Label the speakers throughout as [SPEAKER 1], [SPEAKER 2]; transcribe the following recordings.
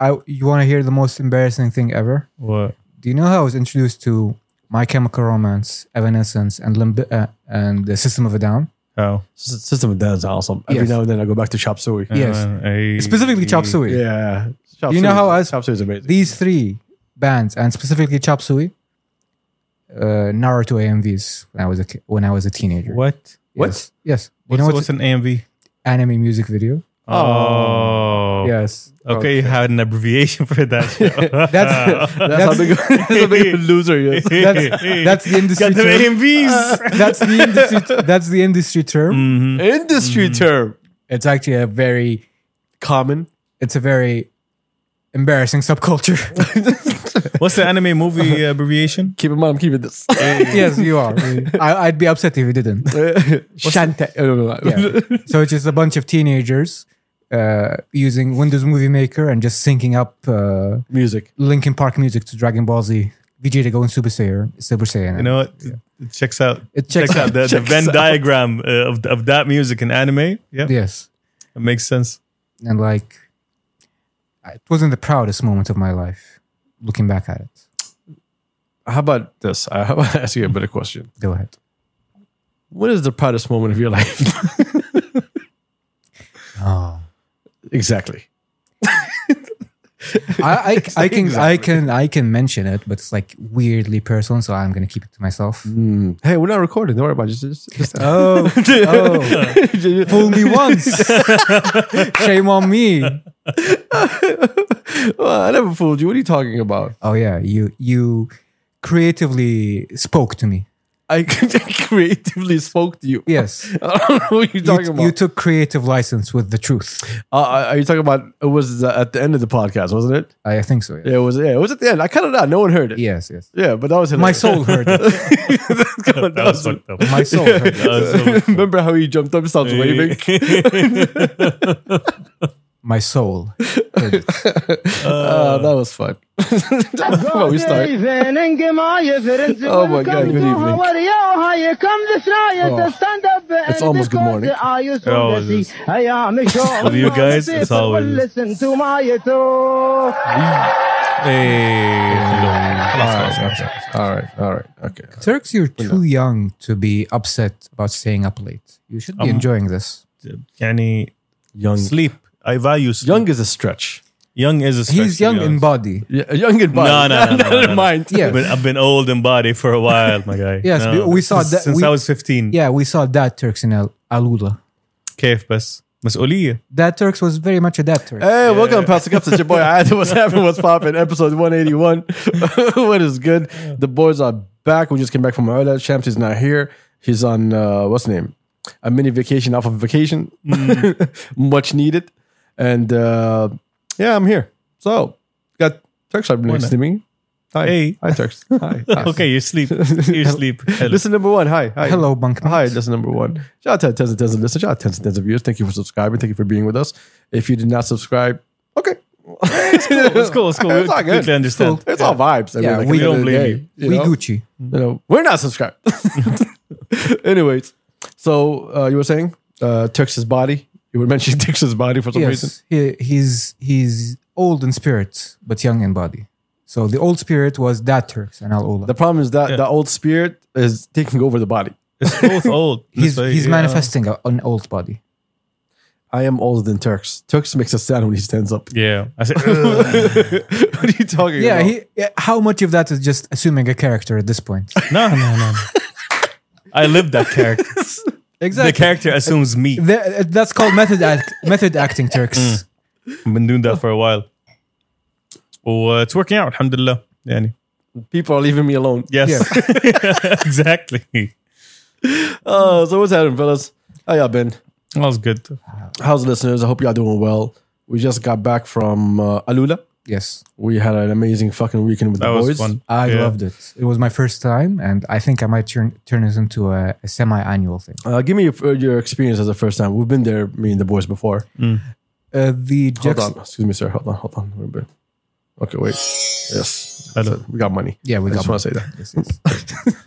[SPEAKER 1] I you want to hear the most embarrassing thing ever?
[SPEAKER 2] What?
[SPEAKER 1] Do you know how I was introduced to My Chemical Romance, Evanescence, and Limp, uh, and the System of a Down?
[SPEAKER 2] Oh.
[SPEAKER 3] S- System of Down's awesome. Every
[SPEAKER 1] Yes.
[SPEAKER 3] now and then I go back to Chop Suey.
[SPEAKER 1] Yes.
[SPEAKER 2] Hey.
[SPEAKER 1] Specifically, Chop Suey.
[SPEAKER 3] Yeah. Chop
[SPEAKER 1] You know
[SPEAKER 3] Suey-
[SPEAKER 1] how I was-
[SPEAKER 3] Chop Suey's amazing.
[SPEAKER 1] These three bands, and specifically Chop Suey, uh, Naruto AMVs when I was a ki- when I was a teenager.
[SPEAKER 2] What?
[SPEAKER 3] What?
[SPEAKER 1] Yes. yes. You
[SPEAKER 2] What's,
[SPEAKER 1] know
[SPEAKER 2] what's
[SPEAKER 1] what's
[SPEAKER 2] an AMV?
[SPEAKER 1] anime music video?
[SPEAKER 2] Oh.
[SPEAKER 1] Yes.
[SPEAKER 2] Okay, you had an abbreviation for that. show.
[SPEAKER 1] That's
[SPEAKER 3] that's, how
[SPEAKER 1] that's
[SPEAKER 3] big, that's how big of a loser he is.
[SPEAKER 1] that's, Ah. that's the industry.
[SPEAKER 2] Got the
[SPEAKER 1] term.
[SPEAKER 2] AMVs.
[SPEAKER 1] That's the industry. That's the industry term.
[SPEAKER 2] Mhm.
[SPEAKER 3] Industry term.
[SPEAKER 1] It's actually a very.
[SPEAKER 3] Mm. Common.
[SPEAKER 1] It's a very embarrassing subculture.
[SPEAKER 2] What's the anime movie abbreviation?
[SPEAKER 3] Keep in mind, I'm keeping this.
[SPEAKER 1] yes, you are. I, I'd be upset if you didn't.
[SPEAKER 3] Shante. Oh, no, no, no.
[SPEAKER 1] So it's just a bunch of teenagers uh, using Windows Movie Maker and just syncing up uh,
[SPEAKER 3] Music.
[SPEAKER 1] Linkin Park music to Dragon Ball Z. Vegeta going Super Saiyan. Super Saiyan.
[SPEAKER 2] You know what? It- It checks out.
[SPEAKER 1] It checks
[SPEAKER 2] checks, out the, the
[SPEAKER 3] Checks
[SPEAKER 2] Venn
[SPEAKER 3] out.
[SPEAKER 2] diagram uh, of, of that music and anime. Yeah,
[SPEAKER 1] Yes.
[SPEAKER 2] it makes sense.
[SPEAKER 1] and like it wasn't the proudest moment of my life looking back at it
[SPEAKER 3] How about this? I, how about I ask you a better question?
[SPEAKER 1] go ahead
[SPEAKER 3] What is the proudest moment of your life?
[SPEAKER 1] oh
[SPEAKER 3] exactly.
[SPEAKER 1] I, I, I can I can I can mention it, but it's like weirdly personal, so I'm gonna keep it to myself.
[SPEAKER 3] Hey, we're not recording. Don't worry about it. Just, just, just
[SPEAKER 1] Oh, oh, fool me once, shame on me.
[SPEAKER 3] Well, I never fooled you. What are you talking about?
[SPEAKER 1] Oh yeah, you you creatively spoke to me.
[SPEAKER 3] I creatively spoke to you.
[SPEAKER 1] Yes,
[SPEAKER 3] I don't know what you're
[SPEAKER 1] you,
[SPEAKER 3] talking about.
[SPEAKER 1] you took creative license with the truth.
[SPEAKER 3] Uh, are you talking about it was uh, at the end of the podcast, wasn't it?
[SPEAKER 1] I think so. Yeah.
[SPEAKER 3] Yeah, it was. Yeah, it was at the end. I cut it out. No one heard it. Yeah,
[SPEAKER 1] Yes, yes.
[SPEAKER 3] but that was
[SPEAKER 1] My
[SPEAKER 3] hilarious.
[SPEAKER 1] soul heard it.
[SPEAKER 3] That was-
[SPEAKER 2] That was fucked up. Uh,
[SPEAKER 1] My soul heard it.
[SPEAKER 3] Remember how he jumped up and started waving?
[SPEAKER 1] My soul. heard it.
[SPEAKER 3] Uh, that was fun. Well, we start.
[SPEAKER 4] oh
[SPEAKER 3] my God, good evening. Oh, it's almost good morning.
[SPEAKER 2] Oh, it is. With you guys, it's always-
[SPEAKER 4] Listen to my talk.
[SPEAKER 3] all right, all right, okay.
[SPEAKER 1] Turks, you're too young to be upset about staying up late. You should be
[SPEAKER 2] Um,
[SPEAKER 1] enjoying this.
[SPEAKER 2] Kenny,
[SPEAKER 3] Young,
[SPEAKER 2] sleep. I value sleep.
[SPEAKER 3] young is a stretch.
[SPEAKER 2] Young is a. stretch,
[SPEAKER 1] He's
[SPEAKER 2] to
[SPEAKER 1] young
[SPEAKER 2] be
[SPEAKER 1] in
[SPEAKER 2] honest.
[SPEAKER 1] body.
[SPEAKER 3] Yeah, young in body.
[SPEAKER 2] No, no, no,
[SPEAKER 3] Not
[SPEAKER 2] no, no,
[SPEAKER 3] in
[SPEAKER 2] no.
[SPEAKER 3] mind.
[SPEAKER 1] Yeah.
[SPEAKER 2] But I've been old in body for a while, my guy.
[SPEAKER 1] Yes, we- we saw
[SPEAKER 2] since,
[SPEAKER 1] that-
[SPEAKER 2] since
[SPEAKER 1] we-
[SPEAKER 2] I was fifteen.
[SPEAKER 1] Yeah, we saw that Turks in Al- Alula.
[SPEAKER 2] كيف بس مسؤولية.
[SPEAKER 1] That Turks was very much a that Turk.
[SPEAKER 3] Hey, welcome to Pastor Cups. It's your boy. I what's happening, what's popping. Episode 181. what is good? The boys are back. We just came back from Ireland. Champs is not here. He's on, uh, what's his name? A mini vacation off of vacation. Mm. Much needed. And uh, yeah, I'm here. So, got Turks up next to me. Hi.
[SPEAKER 2] Hey.
[SPEAKER 3] Hi, Turks. Hi. Hi.
[SPEAKER 2] Okay, you sleep. You sleep. Hello.
[SPEAKER 3] Listen, number one. Hi. Hi.
[SPEAKER 1] Hello, bunkmate.
[SPEAKER 3] Hi, that's number one. Shout out to tens and tens of listeners. Shout out to tens and tens of viewers. Thank you for subscribing. Thank you for being with us. If you did not subscribe, okay. It's cool.
[SPEAKER 2] It's cool. It's cool.
[SPEAKER 3] It's all
[SPEAKER 2] we
[SPEAKER 3] good.
[SPEAKER 2] completely understand.
[SPEAKER 3] It's all vibes. I
[SPEAKER 1] Yeah,
[SPEAKER 3] mean, like,
[SPEAKER 1] we
[SPEAKER 3] at the
[SPEAKER 2] don't
[SPEAKER 3] end of the
[SPEAKER 2] blame
[SPEAKER 3] day,
[SPEAKER 2] you.
[SPEAKER 1] we
[SPEAKER 3] know,
[SPEAKER 1] Gucci.
[SPEAKER 3] you know, we're not subscribed. Anyways, so uh, you were saying uh, Texas body. You were mentioning Texas body for some reason.
[SPEAKER 1] Yes, he, he's he's old in spirit but young in body. So the old spirit was that Turks in Alula.
[SPEAKER 3] The problem is that
[SPEAKER 2] Yeah.
[SPEAKER 3] the old spirit is taking over the body.
[SPEAKER 2] It's both old.
[SPEAKER 1] He's
[SPEAKER 2] That's why,
[SPEAKER 1] he's
[SPEAKER 2] yeah.
[SPEAKER 1] manifesting a, an old body.
[SPEAKER 3] I am older than Turks. Turks makes a sound when he stands up.
[SPEAKER 2] Yeah. I said, "Ugh."
[SPEAKER 3] what are you talking
[SPEAKER 1] Yeah,
[SPEAKER 3] about?
[SPEAKER 1] he, yeah, how much of that is just assuming a character at this point?
[SPEAKER 2] no, no, no. I lived that character. The
[SPEAKER 1] exactly.
[SPEAKER 2] character assumes me.
[SPEAKER 1] The- uh, that's called method act, method acting Turks.
[SPEAKER 3] Mm.
[SPEAKER 2] I've been doing that for a while. Oh, it's working out. Alhamdulillah. يعني.
[SPEAKER 3] People are leaving me alone.
[SPEAKER 2] Yes. exactly.
[SPEAKER 3] Uh, so what's happening, fellas? How y'all been?
[SPEAKER 2] That was good.
[SPEAKER 3] How's the listeners? I hope y'all doing well. We just got back from uh, Alula.
[SPEAKER 1] Yes.
[SPEAKER 3] We had an amazing fucking weekend with
[SPEAKER 2] That
[SPEAKER 3] the
[SPEAKER 2] was
[SPEAKER 3] boys.
[SPEAKER 2] fun.
[SPEAKER 1] I loved it. It was my first time, and I think I might turn turn it into a, a semi-annual thing.
[SPEAKER 3] Uh, give me your, your experience as the first time. We've been there, me and the boys before.
[SPEAKER 1] Uh, the
[SPEAKER 3] Hold
[SPEAKER 1] juxt-
[SPEAKER 3] on, excuse me, sir. Hold on, hold on. Wait a bit. Okay, wait. Yes,
[SPEAKER 2] Hello.
[SPEAKER 3] we got money.
[SPEAKER 1] yeah, we
[SPEAKER 3] I
[SPEAKER 1] got
[SPEAKER 3] just want to say that.
[SPEAKER 1] Yes, yes.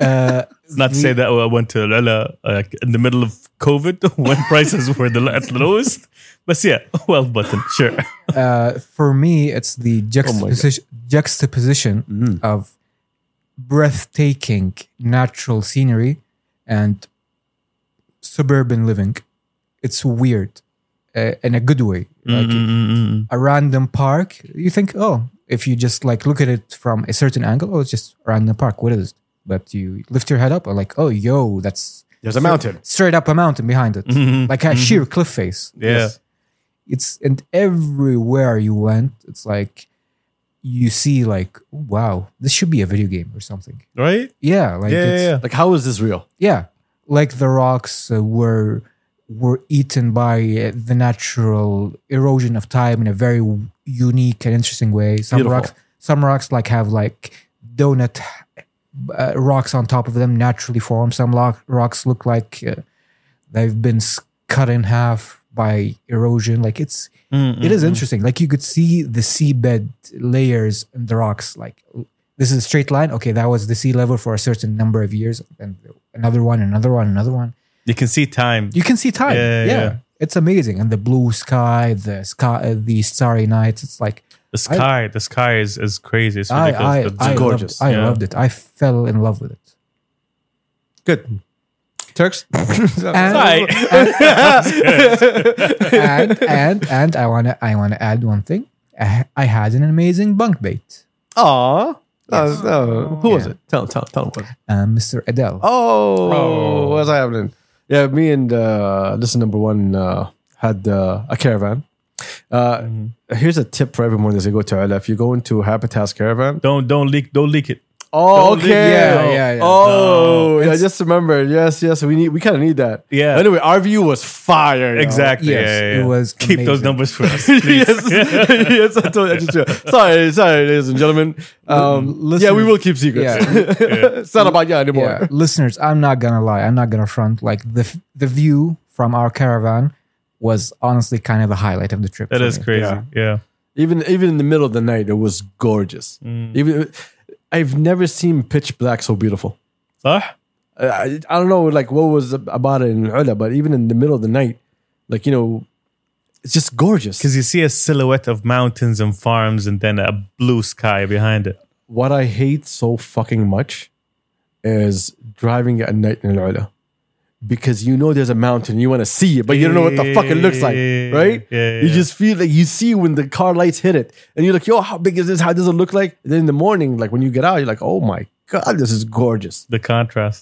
[SPEAKER 1] Uh,
[SPEAKER 2] Not to say that I went to Lala uh, in the middle of COVID when prices were the at the lowest. But yeah, well button, sure.
[SPEAKER 1] uh, for me, it's the juxtaposition, juxtaposition of breathtaking natural scenery and suburban living. It's weird uh, in a good way. Like a random park, you think, oh, if you just like look at it from a certain angle, oh, it's just a random park. What is it? But you lift your head up, or like, oh, yo, that's
[SPEAKER 3] There's a mountain.
[SPEAKER 1] straight up a mountain behind it, like a sheer cliff face
[SPEAKER 2] Yeah.
[SPEAKER 1] it's and everywhere you went it's like you see like wow this should be a video game or something
[SPEAKER 2] Right?
[SPEAKER 1] yeah like
[SPEAKER 2] Yeah,
[SPEAKER 1] it's,
[SPEAKER 2] yeah, yeah.
[SPEAKER 3] Like, how is this real?
[SPEAKER 1] yeah. like the rocks uh, were were eaten by uh, the natural erosion of time in a very w- unique and interesting way some
[SPEAKER 3] Beautiful.
[SPEAKER 1] rocks some rocks like have like donut uh, rocks on top of them naturally formed some lock, rocks look like uh, they've been s- cut in half by erosion like it's it is interesting. Like you could see the seabed layers in the rocks. Like this is a straight line. Okay, that was the sea level for a certain number of years, and another one, another one, another one.
[SPEAKER 2] You can see time.
[SPEAKER 1] You can see time.
[SPEAKER 2] Yeah,
[SPEAKER 1] Yeah,
[SPEAKER 2] yeah, yeah.
[SPEAKER 1] it's amazing. And the blue sky, the sky, uh, the starry nights. It's like
[SPEAKER 2] The sky, the sky is, is crazy. It's
[SPEAKER 1] I, I,
[SPEAKER 2] ridiculous. The-
[SPEAKER 1] I,
[SPEAKER 2] the-
[SPEAKER 1] loved,
[SPEAKER 3] gorgeous.
[SPEAKER 1] I
[SPEAKER 2] Yeah.
[SPEAKER 1] loved it. I fell in love with it.
[SPEAKER 3] Good. Turks?
[SPEAKER 1] And,
[SPEAKER 2] Right.
[SPEAKER 1] and and and I wanna I wanna add one thing. I, I had an amazing bunk bait,
[SPEAKER 3] Aw. Yes. who was
[SPEAKER 1] Yeah.
[SPEAKER 3] it? Tell, tell, tell him what.
[SPEAKER 1] uh, Mr. Adele.
[SPEAKER 3] Oh,
[SPEAKER 2] Oh.
[SPEAKER 3] what's happening? Yeah, me and uh, listen number one uh, had uh, a caravan. Uh, Here's a tip for everyone that's going to go to Ala. If you're going to Habitat's caravan,
[SPEAKER 2] Don't don't leak don't leak it.
[SPEAKER 3] oh,
[SPEAKER 2] Don't leave-
[SPEAKER 3] okay,
[SPEAKER 2] yeah,
[SPEAKER 1] yeah, yeah.
[SPEAKER 3] Oh, yeah, I just remembered. Yes, yes, we need, we kind of need that.
[SPEAKER 2] Yeah.
[SPEAKER 3] Anyway, our view was fire. yo.
[SPEAKER 2] Exactly.
[SPEAKER 1] Yes,
[SPEAKER 2] yeah, yeah, yeah.
[SPEAKER 1] it was
[SPEAKER 2] Keep those
[SPEAKER 1] amazing.
[SPEAKER 2] numbers for us.
[SPEAKER 3] yes, yes, I told you. I just- Sorry, sorry, ladies and gentlemen. Um, yeah, we
[SPEAKER 1] listeners-
[SPEAKER 3] will keep secrets.
[SPEAKER 1] Yeah.
[SPEAKER 3] it's not about you anymore.
[SPEAKER 1] yeah, listeners, I'm not gonna lie, I'm not gonna front. Like the f- the view from our caravan was honestly kind of the highlight of the trip.
[SPEAKER 2] That
[SPEAKER 1] for
[SPEAKER 2] is
[SPEAKER 1] me.
[SPEAKER 2] crazy.
[SPEAKER 3] Yeah.
[SPEAKER 2] yeah.
[SPEAKER 3] even even in the middle of the night it was gorgeous even i've never seen pitch black so beautiful
[SPEAKER 2] صح؟
[SPEAKER 3] I, I I don't know like what was about it in Ula, but even in the middle of the night like you know it's just gorgeous
[SPEAKER 2] Because you see a silhouette of mountains and farms and then a blue sky behind it.
[SPEAKER 3] what i hate so fucking much is driving at night in Ula. because you know there's a mountain you want to see it but you don't know what the fuck it looks like right
[SPEAKER 2] Yeah,
[SPEAKER 3] you
[SPEAKER 2] yeah.
[SPEAKER 3] just feel like you see when the car lights hit it and you're like yo how big is this how does it look like then in the morning like when you get out you're like oh my god this is gorgeous
[SPEAKER 2] The contrast.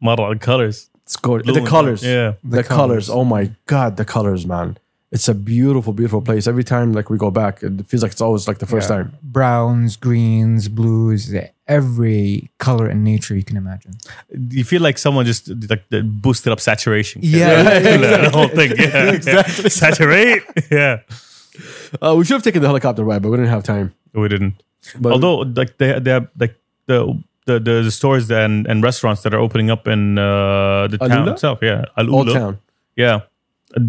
[SPEAKER 2] Model the colors.
[SPEAKER 3] It's gorgeous.
[SPEAKER 2] Blue
[SPEAKER 3] the
[SPEAKER 2] and
[SPEAKER 3] colors.
[SPEAKER 2] white. Yeah.
[SPEAKER 3] The,
[SPEAKER 1] The
[SPEAKER 3] colors.
[SPEAKER 1] colours.
[SPEAKER 3] Oh my God, the colors, man. It's a beautiful, beautiful place. Every time like we go back, it feels like it's always like the first
[SPEAKER 1] Yeah.
[SPEAKER 3] time.
[SPEAKER 1] Browns, greens, blues, e, every color in nature you can imagine.
[SPEAKER 2] You feel like someone just like they boosted up saturation.
[SPEAKER 1] Yeah,
[SPEAKER 2] the whole thing. Yeah.
[SPEAKER 3] Exactly.
[SPEAKER 2] Saturate. Yeah.
[SPEAKER 3] Uh, we should have taken the helicopter ride, but we didn't have time.
[SPEAKER 2] We didn't.
[SPEAKER 3] But
[SPEAKER 2] Although like they they have like the the, the, the stores and, and restaurants that are opening up in uh, the town
[SPEAKER 3] Alula?
[SPEAKER 2] itself, yeah,
[SPEAKER 3] old
[SPEAKER 2] Alula.
[SPEAKER 3] town,
[SPEAKER 2] yeah. Uh,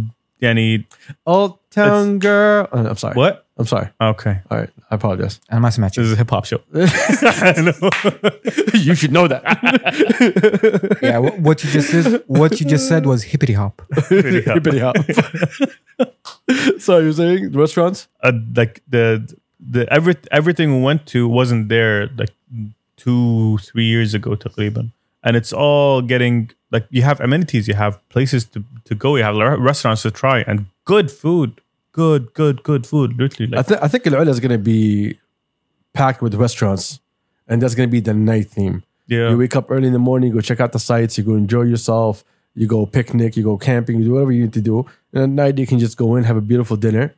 [SPEAKER 2] Any
[SPEAKER 3] old town girl. Oh, I'm sorry.
[SPEAKER 2] what?
[SPEAKER 3] I'm sorry.
[SPEAKER 2] Okay,
[SPEAKER 3] All right, I apologize.
[SPEAKER 1] And must match
[SPEAKER 2] this is a hip hop show. I know.
[SPEAKER 3] you should know that.
[SPEAKER 1] Yeah, wh- what you just said, what you just said was hippity hop.
[SPEAKER 3] Hippity hop. sorry, you're saying the restaurants?
[SPEAKER 2] uh, like the the every, everything we went to wasn't there like two three years ago تقريبا and it's all getting like you have amenities you have places to, to go you have re- restaurants to try and good food good good good food literally
[SPEAKER 3] I
[SPEAKER 2] like
[SPEAKER 3] think I think Al is going to be packed with restaurants, and that's going to be the night theme.
[SPEAKER 2] yeah
[SPEAKER 3] You wake up early in the morning, you go check out the sites, you go enjoy yourself, you go picnic, you go camping, you do whatever you need to do. And at night you can just go in, have a beautiful dinner.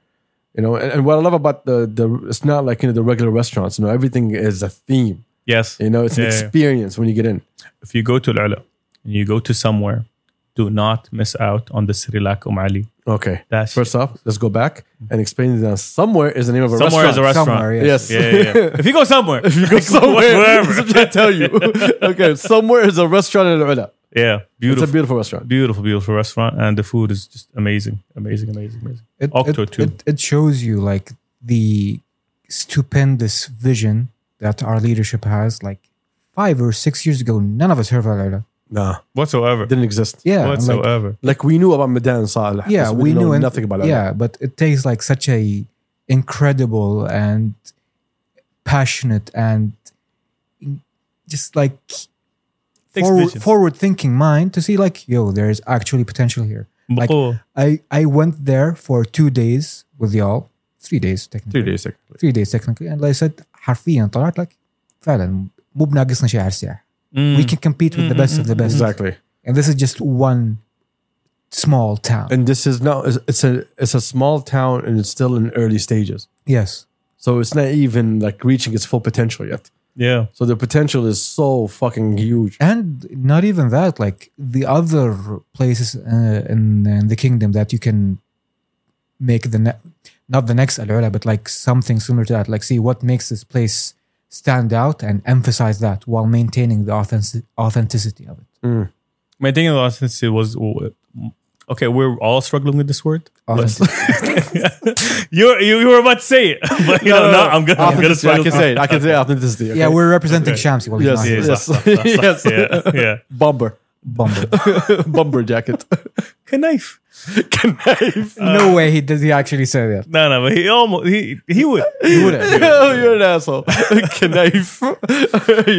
[SPEAKER 3] You know, and, and what I love about the the it's not like you know the regular restaurants, you know, everything is a theme.
[SPEAKER 2] yes
[SPEAKER 3] You know, it's an
[SPEAKER 2] Yeah, yeah.
[SPEAKER 3] experience when you get in.
[SPEAKER 2] if you go to Al-Ula and you go to somewhere do not miss out on the Sri Lak Um Ali
[SPEAKER 3] Okay.
[SPEAKER 2] that's
[SPEAKER 3] First off, let's go back and explain that somewhere is the name of a
[SPEAKER 2] somewhere is a restaurant
[SPEAKER 3] restaurant.
[SPEAKER 1] Somewhere, yeah.
[SPEAKER 3] Yes.
[SPEAKER 2] yeah, yeah, yeah. if you go somewhere if you
[SPEAKER 3] Go somewhere. That's
[SPEAKER 2] wherever
[SPEAKER 3] what I tell you. okay, somewhere is a restaurant in Ula.
[SPEAKER 2] yeah
[SPEAKER 3] It's
[SPEAKER 2] beautiful
[SPEAKER 3] a beautiful restaurant.
[SPEAKER 2] beautiful, beautiful restaurant, and the food is just amazing, amazing, amazing, amazing.
[SPEAKER 1] It,
[SPEAKER 2] Octo
[SPEAKER 1] it,
[SPEAKER 2] too.
[SPEAKER 1] it, it shows you like the stupendous vision that our leadership has, like five or six years ago, none of us heard about Laila.
[SPEAKER 3] Nah,
[SPEAKER 2] whatsoever.
[SPEAKER 3] didn't exist.
[SPEAKER 1] Yeah, I'm like-
[SPEAKER 2] whatsoever.
[SPEAKER 3] Like we knew about Medan Saleh.
[SPEAKER 1] yeah,
[SPEAKER 3] but
[SPEAKER 1] we
[SPEAKER 3] didn't
[SPEAKER 1] knew
[SPEAKER 3] know
[SPEAKER 1] and-
[SPEAKER 3] nothing about it.
[SPEAKER 1] Yeah, but it takes like such a incredible and passionate and just like
[SPEAKER 2] Takes
[SPEAKER 1] forward,
[SPEAKER 2] vision.
[SPEAKER 1] forward thinking mind to see like yo, there is actually potential here. Like,
[SPEAKER 2] Bukul.
[SPEAKER 1] I I went there for two days with y'all, three days technically,
[SPEAKER 3] three days. technically.
[SPEAKER 1] three days technically, and I said حرفيا طلعت لك فعلا مو بناقصنا شيء على الساحة.
[SPEAKER 2] Mm.
[SPEAKER 1] We can compete with the best of the best.
[SPEAKER 3] Exactly.
[SPEAKER 1] And this is just one small town.
[SPEAKER 3] And this is now it's- it's a it's a small town and it's still in early stages.
[SPEAKER 1] yes.
[SPEAKER 3] So it's not even like reaching its full potential yet.
[SPEAKER 2] yeah.
[SPEAKER 3] So the potential is so fucking huge.
[SPEAKER 1] and not even that like the other places uh, in, in the kingdom that you can make the ne- not the next al but like something similar to that like see what makes this place stand out and emphasize that while maintaining the authentic- authenticity of it
[SPEAKER 2] My thing in since it was okay. We're all struggling with this word.
[SPEAKER 1] Authentic-
[SPEAKER 2] you you you were about to say it, but you know, no, I'm gonna I'm gonna
[SPEAKER 3] Authenticity, I
[SPEAKER 2] struggle.
[SPEAKER 3] can say it. I can say authenticity. Okay?
[SPEAKER 1] yeah we're representing shamsi well,
[SPEAKER 3] Yes,
[SPEAKER 1] yes,
[SPEAKER 2] Yeah,
[SPEAKER 1] yes.
[SPEAKER 3] Yes.
[SPEAKER 2] stop, stop, stop, stop. Yeah,
[SPEAKER 3] Yes.
[SPEAKER 2] yeah.
[SPEAKER 3] bumper,
[SPEAKER 1] Bumble.
[SPEAKER 3] Uh, bumper jacket,
[SPEAKER 2] Knife.
[SPEAKER 3] knife.
[SPEAKER 1] no way he does he actually say that
[SPEAKER 2] No, no, but he almost he he would.
[SPEAKER 1] he wouldn't
[SPEAKER 3] Oh, you're an asshole. knife.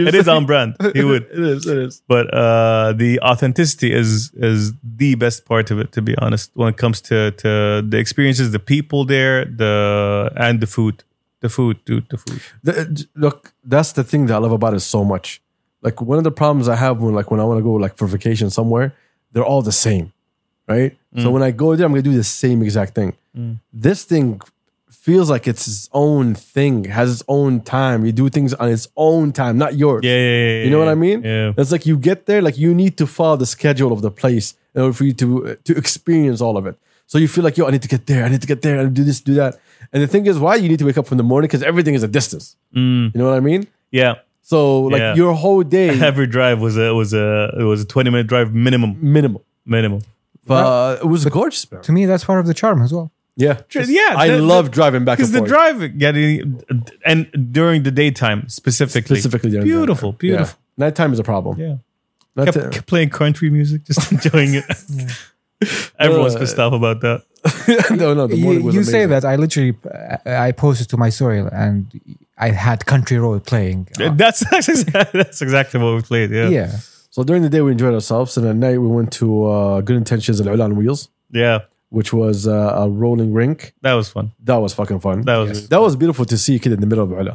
[SPEAKER 2] It is on brand. He would.
[SPEAKER 3] It is. It is.
[SPEAKER 2] But uh, the authenticity is is the best part of it, to be honest. When it comes to, to the experiences, the people there, the and the food, the food, dude, the food.
[SPEAKER 3] The- uh, look, that's the thing that I love about it so much. Like one of the problems I have when like when I want to go like for vacation somewhere, they're all the same, right? So when I go there, I'm gonna do the same exact thing. This thing feels like it's its own thing, has its own time. You do things on its own time, not yours.
[SPEAKER 2] Yeah, yeah, yeah
[SPEAKER 3] You know what
[SPEAKER 2] yeah.
[SPEAKER 3] I mean?
[SPEAKER 2] Yeah.
[SPEAKER 3] It's like you get there, like you need to follow the schedule of the place in order for you to uh, to experience all of it. So you feel like, yo, I need to get there, I need to get there, and do this, do that. And the thing is, why you need to wake up from the morning because everything is a distance.
[SPEAKER 2] Mm,
[SPEAKER 3] You know what I mean?
[SPEAKER 2] yeah.
[SPEAKER 3] So like
[SPEAKER 2] Yeah.
[SPEAKER 3] your whole day
[SPEAKER 2] Every drive was a was a it was a twenty minute drive minimum
[SPEAKER 3] minimal.
[SPEAKER 2] minimum.
[SPEAKER 3] But it was gorgeous. Man.
[SPEAKER 1] to me that's part of the charm as well
[SPEAKER 3] Yeah,
[SPEAKER 2] yeah,
[SPEAKER 3] I
[SPEAKER 2] the-
[SPEAKER 3] love driving back and
[SPEAKER 2] Because the
[SPEAKER 3] forth.
[SPEAKER 2] drive getting and during the daytime specifically,
[SPEAKER 3] Specifically during the
[SPEAKER 2] beautiful,
[SPEAKER 3] yeah.
[SPEAKER 2] beautiful.
[SPEAKER 3] Nighttime is a problem.
[SPEAKER 2] Yeah.
[SPEAKER 3] Nighttime-
[SPEAKER 2] Kept, kept playing country music, just enjoying it. Everyone's
[SPEAKER 3] Uh,
[SPEAKER 2] pissed off about that.
[SPEAKER 3] no, no. The
[SPEAKER 1] you,
[SPEAKER 3] morning was
[SPEAKER 1] you say
[SPEAKER 3] amazing.
[SPEAKER 1] that i literally i posted to my story and i had country road playing
[SPEAKER 2] That's that's, exa- that's exactly what we played. Yeah, yeah.
[SPEAKER 1] yeah
[SPEAKER 3] So during the day we enjoyed ourselves, and at night we went to uh, Good Intentions and on Wheels, which was uh, a rolling rink.
[SPEAKER 2] that was fun.
[SPEAKER 3] That was fucking fun.
[SPEAKER 2] That was
[SPEAKER 3] That was beautiful to see a kid in the middle of Ula.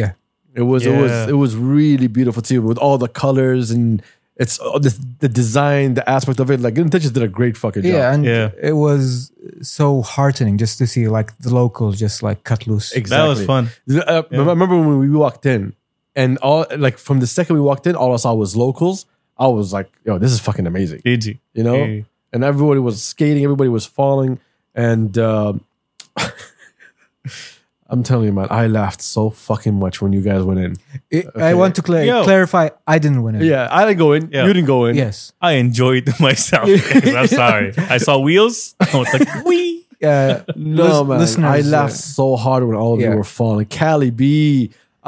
[SPEAKER 1] Yeah.
[SPEAKER 3] It was it was
[SPEAKER 2] Yeah.
[SPEAKER 3] it was really beautiful to see with all the colors and it's all the, the design, the aspect of it. Like Good Intentions did a great fucking job.
[SPEAKER 1] yeah, and
[SPEAKER 2] Yeah.
[SPEAKER 1] it was so heartening just to see like the locals just like cut loose.
[SPEAKER 3] Exactly.
[SPEAKER 2] that was fun.
[SPEAKER 3] Uh, I remember when we walked in and all like from the second we walked in, all I saw was locals. I was like, yo, this is fucking amazing.
[SPEAKER 2] Easy.
[SPEAKER 3] You know?
[SPEAKER 2] Yeah.
[SPEAKER 3] And everybody was skating, everybody was falling. And um I'm telling you, man, I laughed so fucking much when you guys went in.
[SPEAKER 1] I- I want to cla-
[SPEAKER 2] Yo.
[SPEAKER 1] clarify. I didn't win it.
[SPEAKER 3] Yeah, I didn't go in.
[SPEAKER 2] Yeah.
[SPEAKER 3] You didn't go in.
[SPEAKER 1] Yes.
[SPEAKER 2] I enjoyed myself. guys. I'm sorry. I saw wheels. I was like, wee.
[SPEAKER 1] Uh,
[SPEAKER 3] No,
[SPEAKER 1] lis-
[SPEAKER 3] man.
[SPEAKER 1] listeners,
[SPEAKER 3] I
[SPEAKER 1] uh,
[SPEAKER 3] laughed so hard when all of
[SPEAKER 1] yeah.
[SPEAKER 3] you were falling. Callie B.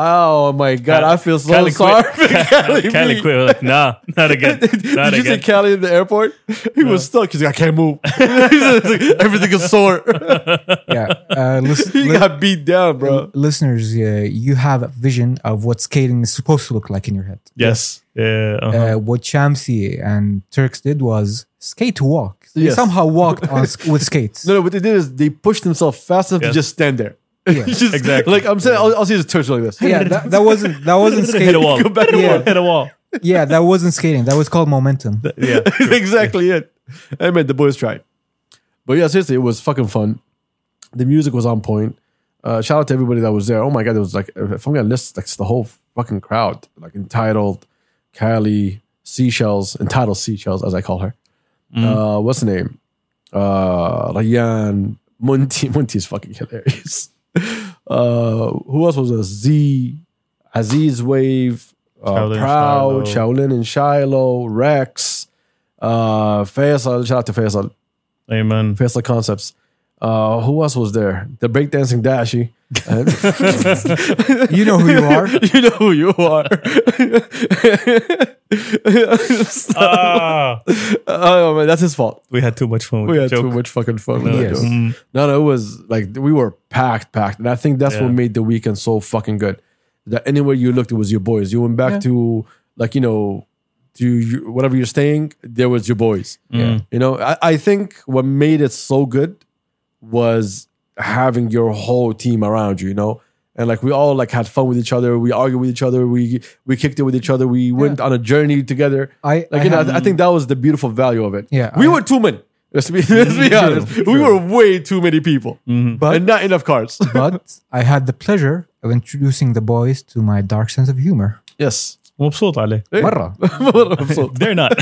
[SPEAKER 3] Oh my God.
[SPEAKER 2] Cal-
[SPEAKER 3] I feel so
[SPEAKER 2] Callie
[SPEAKER 3] sorry
[SPEAKER 2] quit.
[SPEAKER 3] for Callie,
[SPEAKER 2] Kelly
[SPEAKER 3] B.
[SPEAKER 2] quit. We're like, nah, not again.
[SPEAKER 3] Did
[SPEAKER 2] Not
[SPEAKER 3] you see
[SPEAKER 2] again.
[SPEAKER 3] Callie in the airport? He was stuck. He's like, I can't move. He's like, Everything is sore.
[SPEAKER 1] yeah. Uh, lis-
[SPEAKER 3] he
[SPEAKER 1] li-
[SPEAKER 3] got beat down, bro.
[SPEAKER 1] listeners, uh, you have a vision of what skating is supposed to look like in your head.
[SPEAKER 2] Yes. Yeah. uh-huh.
[SPEAKER 1] Uh, what Chamsi and Turks did was skate walk. They
[SPEAKER 3] Yes.
[SPEAKER 1] somehow walked on sk- with skates.
[SPEAKER 3] No, no, what they did is they pushed themselves fast enough
[SPEAKER 2] Yes.
[SPEAKER 3] to just stand there.
[SPEAKER 1] Yeah.
[SPEAKER 3] Just-
[SPEAKER 2] Exactly.
[SPEAKER 3] Like I'm saying, all, all I see is turtle like this.
[SPEAKER 1] Yeah, that, that wasn't that wasn't
[SPEAKER 2] Hit a
[SPEAKER 1] skating.
[SPEAKER 2] wall.
[SPEAKER 3] Go back and
[SPEAKER 1] Yeah.
[SPEAKER 2] Hit a wall.
[SPEAKER 1] Yeah, that wasn't skating. That was called momentum.
[SPEAKER 2] Yeah.
[SPEAKER 3] That's exactly it. I mean, the boys tried. But yeah, seriously, it was fucking fun. The music was on point. Uh, shout out to everybody that was there. Oh my god, there was like if I'm gonna list like it's the whole fucking crowd, like entitled Kylie Seashells, entitled Seashells as I call her.
[SPEAKER 2] Mm.
[SPEAKER 3] Uh, what's the name? Uh, Rayan Monty. Monty is fucking hilarious. Uh, who else was there? Z, Aziz Wave, uh,
[SPEAKER 2] Shaolin,
[SPEAKER 3] Proud,
[SPEAKER 2] Shiloh.
[SPEAKER 3] Shaolin and Shiloh, Rex, uh, Faisal. Shout out to Faisal.
[SPEAKER 2] Amen.
[SPEAKER 3] Faisal Concepts. Uh, who else was there? The breakdancing Dashi.
[SPEAKER 1] You know who you are.
[SPEAKER 3] you know who you are.
[SPEAKER 2] Ah,
[SPEAKER 3] oh man, that's his fault.
[SPEAKER 2] we had too much fun with
[SPEAKER 3] We
[SPEAKER 2] the
[SPEAKER 3] had
[SPEAKER 2] joke.
[SPEAKER 3] too much fucking fun. with that
[SPEAKER 1] Yes.
[SPEAKER 3] joke.
[SPEAKER 2] Mm.
[SPEAKER 3] No, no, it was like we were packed, packed, and I think that's what
[SPEAKER 2] Yeah.
[SPEAKER 3] made the weekend so fucking good. That anywhere you looked, it was your boys. You went back
[SPEAKER 1] Yeah.
[SPEAKER 3] to like you know to you, whatever you're staying. There was your boys.
[SPEAKER 2] Mm.
[SPEAKER 3] You know, I, I think what made it so good was having your whole team around you. You know, and like we all like had fun with each other. We argued with each other. We we kicked it with each other. We went on a journey together.
[SPEAKER 1] I,
[SPEAKER 3] Like
[SPEAKER 1] I
[SPEAKER 3] you know, I,
[SPEAKER 1] have-
[SPEAKER 3] th- I think that was the beautiful value of it.
[SPEAKER 1] Yeah,
[SPEAKER 3] we
[SPEAKER 1] I-
[SPEAKER 3] were too many. Let's be, let's be honest. We were way too many people,
[SPEAKER 1] But-
[SPEAKER 3] and not enough cards.
[SPEAKER 1] but I had the pleasure of introducing the boys to my dark sense of humor.
[SPEAKER 3] yes,
[SPEAKER 2] مبسوط عليه.
[SPEAKER 1] Marra.
[SPEAKER 3] so,
[SPEAKER 2] They're not.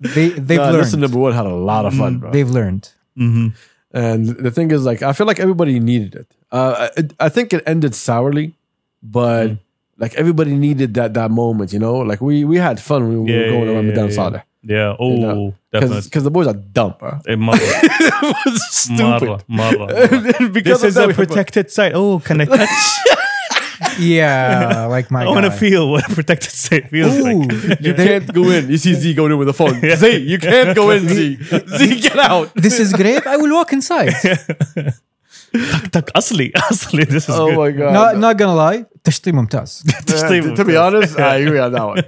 [SPEAKER 1] They they've
[SPEAKER 3] uh, listen,
[SPEAKER 1] learned.
[SPEAKER 3] number one had a lot of fun, bro.
[SPEAKER 1] They've learned.
[SPEAKER 3] Mm-hmm. And the thing is, like, I feel like everybody needed it. Uh, I, I think it ended sourly, but like everybody needed that that moment. You know, like we we had fun when we were
[SPEAKER 2] Yeah,
[SPEAKER 3] going
[SPEAKER 2] yeah,
[SPEAKER 3] around
[SPEAKER 2] yeah,
[SPEAKER 3] Ramadan
[SPEAKER 2] yeah.
[SPEAKER 3] Saleh
[SPEAKER 2] yeah. Oh, definitely.
[SPEAKER 3] because the boys are dumb, bro.
[SPEAKER 2] Eh, مرة.
[SPEAKER 3] it was
[SPEAKER 2] مرة.
[SPEAKER 3] stupid.
[SPEAKER 2] مرة.
[SPEAKER 3] because
[SPEAKER 2] This is
[SPEAKER 3] of
[SPEAKER 2] a
[SPEAKER 3] that, we had fun.
[SPEAKER 2] protected site. Oh, can I touch?
[SPEAKER 1] Yeah, like my.
[SPEAKER 2] I want to
[SPEAKER 1] guy.
[SPEAKER 2] feel what a protected site feels like.
[SPEAKER 1] Ooh,
[SPEAKER 3] You can't go in. You see Z going in with a phone. Z, you can't go in, Z. Z, get out.
[SPEAKER 1] this is great. I will walk inside.
[SPEAKER 2] Tak, Asli, Asli, this is
[SPEAKER 3] Oh
[SPEAKER 2] good.
[SPEAKER 3] my god.
[SPEAKER 1] not not gonna lie. تشتي ممتاز.
[SPEAKER 2] Just
[SPEAKER 3] Yeah,
[SPEAKER 2] leave
[SPEAKER 3] to,
[SPEAKER 2] it
[SPEAKER 3] to be
[SPEAKER 2] there.
[SPEAKER 3] honest, I agree on that one.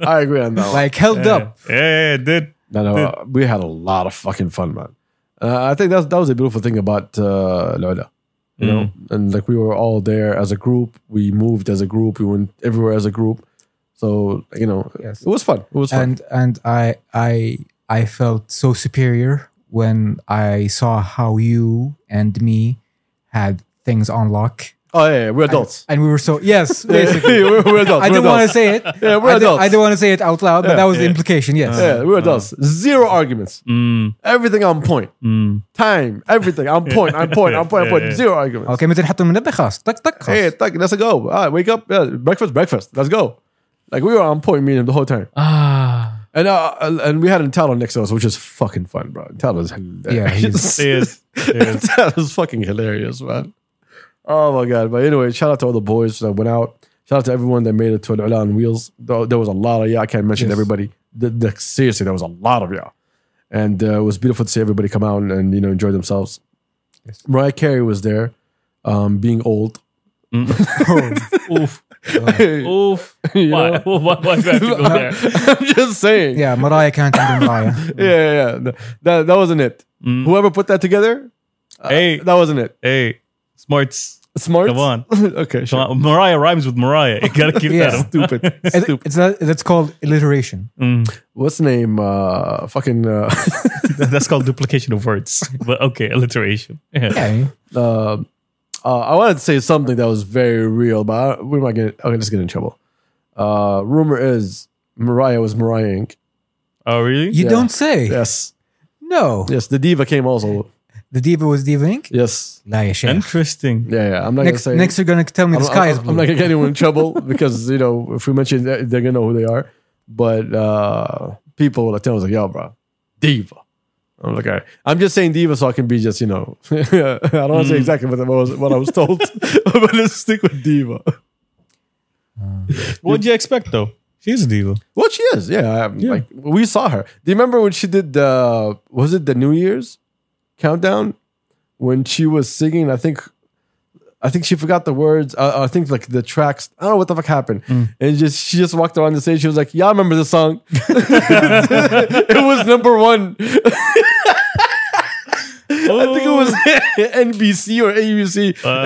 [SPEAKER 3] I agree on that one.
[SPEAKER 1] Like held
[SPEAKER 2] yeah,
[SPEAKER 1] up.
[SPEAKER 2] yeah, yeah, dude.
[SPEAKER 3] No, no, uh, we had a lot of fucking fun, man. Uh, I think that's that was a beautiful thing about uh, Lola, you know.
[SPEAKER 2] Mm-hmm.
[SPEAKER 3] And like we were all there as a group. We moved as a group. We went everywhere as a group. So you know,
[SPEAKER 1] Yes.
[SPEAKER 3] it was fun. It was fun.
[SPEAKER 1] and and I I I felt so superior when I saw how you and me had things on lock,
[SPEAKER 3] oh yeah, yeah, we're adults.
[SPEAKER 1] and we were so yes. Basically,
[SPEAKER 3] we're, we're adults.
[SPEAKER 1] I
[SPEAKER 3] we're
[SPEAKER 1] didn't want
[SPEAKER 3] adults.
[SPEAKER 1] to say it.
[SPEAKER 3] Yeah,
[SPEAKER 1] I
[SPEAKER 3] we're
[SPEAKER 1] didn't,
[SPEAKER 3] adults.
[SPEAKER 1] I didn't want to say it out loud, but that was the implication. Yes.
[SPEAKER 3] Yeah, we're
[SPEAKER 2] Mm.
[SPEAKER 3] adults. Zero arguments. Everything on point. Time. Everything on point. On point. On point. On point.
[SPEAKER 2] Mm. Yeah, yeah.
[SPEAKER 3] Zero arguments.
[SPEAKER 1] اوكي متى نحط المنبه خلاص طق طق خلاص
[SPEAKER 3] Hey, thank you. Let's go. All right, wake up. Yeah, breakfast, breakfast. Let's go. Like we were on point meeting the whole time.
[SPEAKER 2] Ah,
[SPEAKER 3] And uh, and we had Intalo next to us, which is fucking fun, bro. Intalo's
[SPEAKER 1] Yeah,
[SPEAKER 3] hilarious.
[SPEAKER 1] he's-
[SPEAKER 2] it is. It is.
[SPEAKER 3] Intalo's fucking hilarious, man. Oh my god. But anyway, shout out to all the boys that went out. Shout out to everyone that made it to Al on Wheels. Though There was a lot of y'all. I can't mention
[SPEAKER 1] Yes.
[SPEAKER 3] everybody. The, the, seriously, there was a lot of y'all. And uh, it was beautiful to see everybody come out and, and, you know enjoy themselves.
[SPEAKER 1] Yes.
[SPEAKER 3] Mariah Carey was there, um, being old.
[SPEAKER 2] Oof. Oof.
[SPEAKER 3] You
[SPEAKER 2] Why?
[SPEAKER 3] know?
[SPEAKER 2] Why, why do I have to go there?
[SPEAKER 3] I'm just saying.
[SPEAKER 1] Yeah, Mariah كانت عند Mariah.
[SPEAKER 3] yeah, yeah. yeah. No, That, that wasn't it.
[SPEAKER 2] Mm.
[SPEAKER 3] Whoever put that together, uh,
[SPEAKER 2] Hey.
[SPEAKER 3] that wasn't it.
[SPEAKER 2] Hey, smarts.
[SPEAKER 3] Smart.
[SPEAKER 2] Come on.
[SPEAKER 3] okay,
[SPEAKER 2] Come
[SPEAKER 3] sure.
[SPEAKER 2] on. Mariah rhymes with Mariah. You gotta keep
[SPEAKER 1] Yeah.
[SPEAKER 2] that up.
[SPEAKER 3] Stupid.
[SPEAKER 1] It-
[SPEAKER 3] Stupid.
[SPEAKER 1] it's not- that's called alliteration.
[SPEAKER 2] Mm.
[SPEAKER 3] What's the name? Uh, fucking uh,
[SPEAKER 2] That's called duplication of words. But okay, alliteration. Yeah.
[SPEAKER 1] Yeah, I mean,
[SPEAKER 3] uh, uh, I wanted to say something that was very real, but I, we might get okay. Let's get in trouble. Uh, rumor is Mariah was Mariahing.
[SPEAKER 2] Oh, really?
[SPEAKER 1] you
[SPEAKER 3] Yeah.
[SPEAKER 1] don't say.
[SPEAKER 3] Yes,
[SPEAKER 1] No.
[SPEAKER 3] yes. The diva came also.
[SPEAKER 1] The diva was divaing.
[SPEAKER 3] Yes,
[SPEAKER 1] لا يا شيخ.
[SPEAKER 2] Interesting.
[SPEAKER 3] yeah, yeah. I'm not
[SPEAKER 1] Next,
[SPEAKER 3] gonna say.
[SPEAKER 1] next you're gonna tell me
[SPEAKER 3] I'm,
[SPEAKER 1] the sky is
[SPEAKER 3] I'm- I'm
[SPEAKER 1] blue.
[SPEAKER 3] not gonna get anyone in trouble because you know if we mention that, they're gonna know who they are. But uh, people like I was like, "Yo, bro, diva." I'm like, all right. I'm just saying diva so I can be just you know. I don't want
[SPEAKER 1] Mm.
[SPEAKER 3] to say exactly what I was what I was told, but let's stick with diva.
[SPEAKER 2] What'd you expect though? She's a diva.
[SPEAKER 3] Well, she is. Yeah, um,
[SPEAKER 2] Yeah.
[SPEAKER 3] like we saw her. Do you remember when she did the was it the New Year's countdown when she was singing? I think, I think she forgot the words. Uh, I think like the tracks. I don't know what the fuck happened. And just she just walked around the stage. She was like, "Yeah, I remember this song. it was number one. I think it
[SPEAKER 2] Oh.
[SPEAKER 3] was NBC or ABC.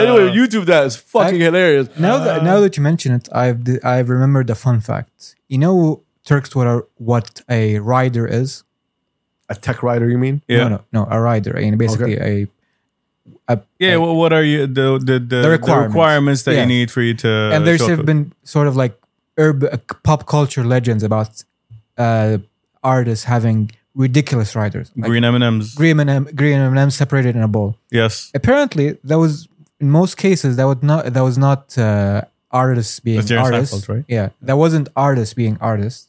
[SPEAKER 3] anyway, YouTube that is fucking hilarious.
[SPEAKER 1] Now that now that you
[SPEAKER 3] uh,
[SPEAKER 1] mention it, I've d- I've remembered a fun fact. You know Turks what a what a rider is?
[SPEAKER 3] A tech writer, you mean?
[SPEAKER 2] Yeah.
[SPEAKER 1] No, no, no, a rider. I mean, basically a
[SPEAKER 2] Yeah, well, what are you the the the, the
[SPEAKER 1] requirements.
[SPEAKER 2] requirements that
[SPEAKER 1] Yeah.
[SPEAKER 2] you need for you to
[SPEAKER 1] and there's
[SPEAKER 2] show up?
[SPEAKER 1] have been sort of like urban uh, pop culture legends about uh, artists having ridiculous riders, like
[SPEAKER 2] green M&Ms.
[SPEAKER 1] green and green and M separated in a ball.
[SPEAKER 2] yes.
[SPEAKER 1] Apparently, that was in most cases that would not that was not uh, artists being
[SPEAKER 2] That's Jerry
[SPEAKER 1] artists,
[SPEAKER 2] Seinfeld, right? Mm.
[SPEAKER 1] Yeah, that wasn't artists being artists.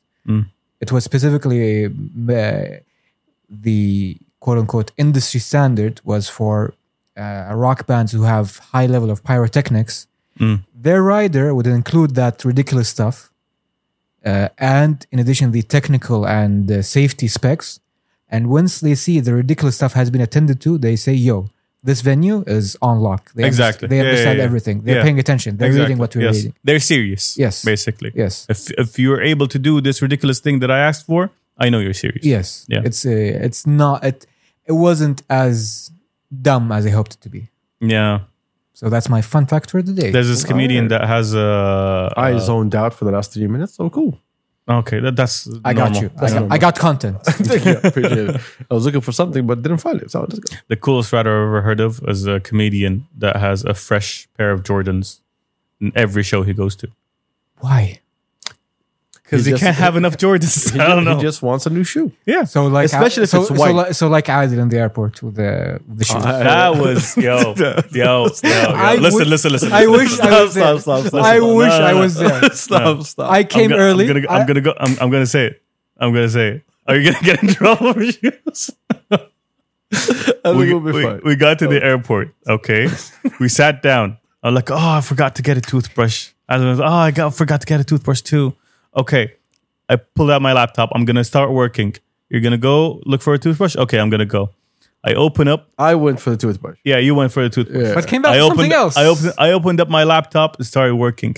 [SPEAKER 1] It was specifically uh, the quote unquote industry standard was for uh, rock bands who have high level of pyrotechnics,
[SPEAKER 2] Mm.
[SPEAKER 1] their rider would include that ridiculous stuff, uh, and in addition the technical and uh, safety specs. And once they see the ridiculous stuff has been attended to, they say, "Yo, this venue is on lock." They underst-
[SPEAKER 2] Exactly.
[SPEAKER 1] they
[SPEAKER 2] Yeah, yeah,
[SPEAKER 1] understand
[SPEAKER 2] yeah.
[SPEAKER 1] everything. They're
[SPEAKER 2] Yeah.
[SPEAKER 1] paying attention. They're reading what we're
[SPEAKER 2] yes.
[SPEAKER 1] reading.
[SPEAKER 2] They're serious.
[SPEAKER 1] Yes.
[SPEAKER 2] Basically.
[SPEAKER 1] Yes.
[SPEAKER 2] If if you're able to do this ridiculous thing that I asked for, I know you're serious.
[SPEAKER 1] Yes.
[SPEAKER 2] Yeah.
[SPEAKER 1] It's uh, it's not it. It wasn't as dumb as I hoped it to be.
[SPEAKER 2] Yeah.
[SPEAKER 1] So that's my fun fact for the day.
[SPEAKER 2] There's this comedian that has a.
[SPEAKER 3] I zoned out for the last three minutes. So cool.
[SPEAKER 2] okay, that, that's.
[SPEAKER 1] I got
[SPEAKER 2] normal.
[SPEAKER 1] you. I got, I got content.
[SPEAKER 3] Thank you. Appreciate it. I was looking for something but didn't find it. So let's go.
[SPEAKER 2] The coolest rider I've ever heard of is a comedian that has a fresh pair of Jordans in every show he goes to
[SPEAKER 1] Why?
[SPEAKER 2] because
[SPEAKER 3] He
[SPEAKER 2] he
[SPEAKER 3] just-
[SPEAKER 2] can't have enough Jordans. I don't know.
[SPEAKER 3] He just wants a new shoe.
[SPEAKER 2] yeah,
[SPEAKER 1] So like
[SPEAKER 3] Especially if
[SPEAKER 1] so,
[SPEAKER 3] it's
[SPEAKER 1] so
[SPEAKER 3] white.
[SPEAKER 1] like- So, like I did in the airport with the with the shoes.
[SPEAKER 2] that was yo, yo, yo, yo.
[SPEAKER 1] I
[SPEAKER 2] Listen,
[SPEAKER 1] wish-
[SPEAKER 2] listen, listen.
[SPEAKER 1] I
[SPEAKER 2] listen.
[SPEAKER 1] wish I was there. I
[SPEAKER 2] stop.
[SPEAKER 1] wish
[SPEAKER 2] No, no,
[SPEAKER 1] I
[SPEAKER 2] no.
[SPEAKER 1] was there.
[SPEAKER 3] stop, stop.
[SPEAKER 1] I
[SPEAKER 2] I'm
[SPEAKER 1] came
[SPEAKER 2] gonna-
[SPEAKER 1] early.
[SPEAKER 2] I'm gonna,
[SPEAKER 1] I-
[SPEAKER 2] I'm gonna go. I'm, I'm gonna say it. I'm gonna say it. Are you gonna get in trouble for shoes?
[SPEAKER 3] I think
[SPEAKER 2] we,
[SPEAKER 3] we'll be
[SPEAKER 2] we-
[SPEAKER 3] fine.
[SPEAKER 2] we got to the airport. Okay, we sat down. I'm like, oh, I forgot to get a toothbrush. I was like, oh, I got forgot to get a toothbrush too. Okay, I pulled out my laptop. I'm gonna start working. You're gonna go look for a toothbrush. Okay, I'm gonna go. I open up.
[SPEAKER 3] I went for the toothbrush.
[SPEAKER 2] Yeah, you went for the toothbrush.
[SPEAKER 3] Yeah.
[SPEAKER 1] but came back
[SPEAKER 2] I
[SPEAKER 1] to
[SPEAKER 2] opened,
[SPEAKER 1] something else.
[SPEAKER 2] I opened, I opened up my laptop and started working.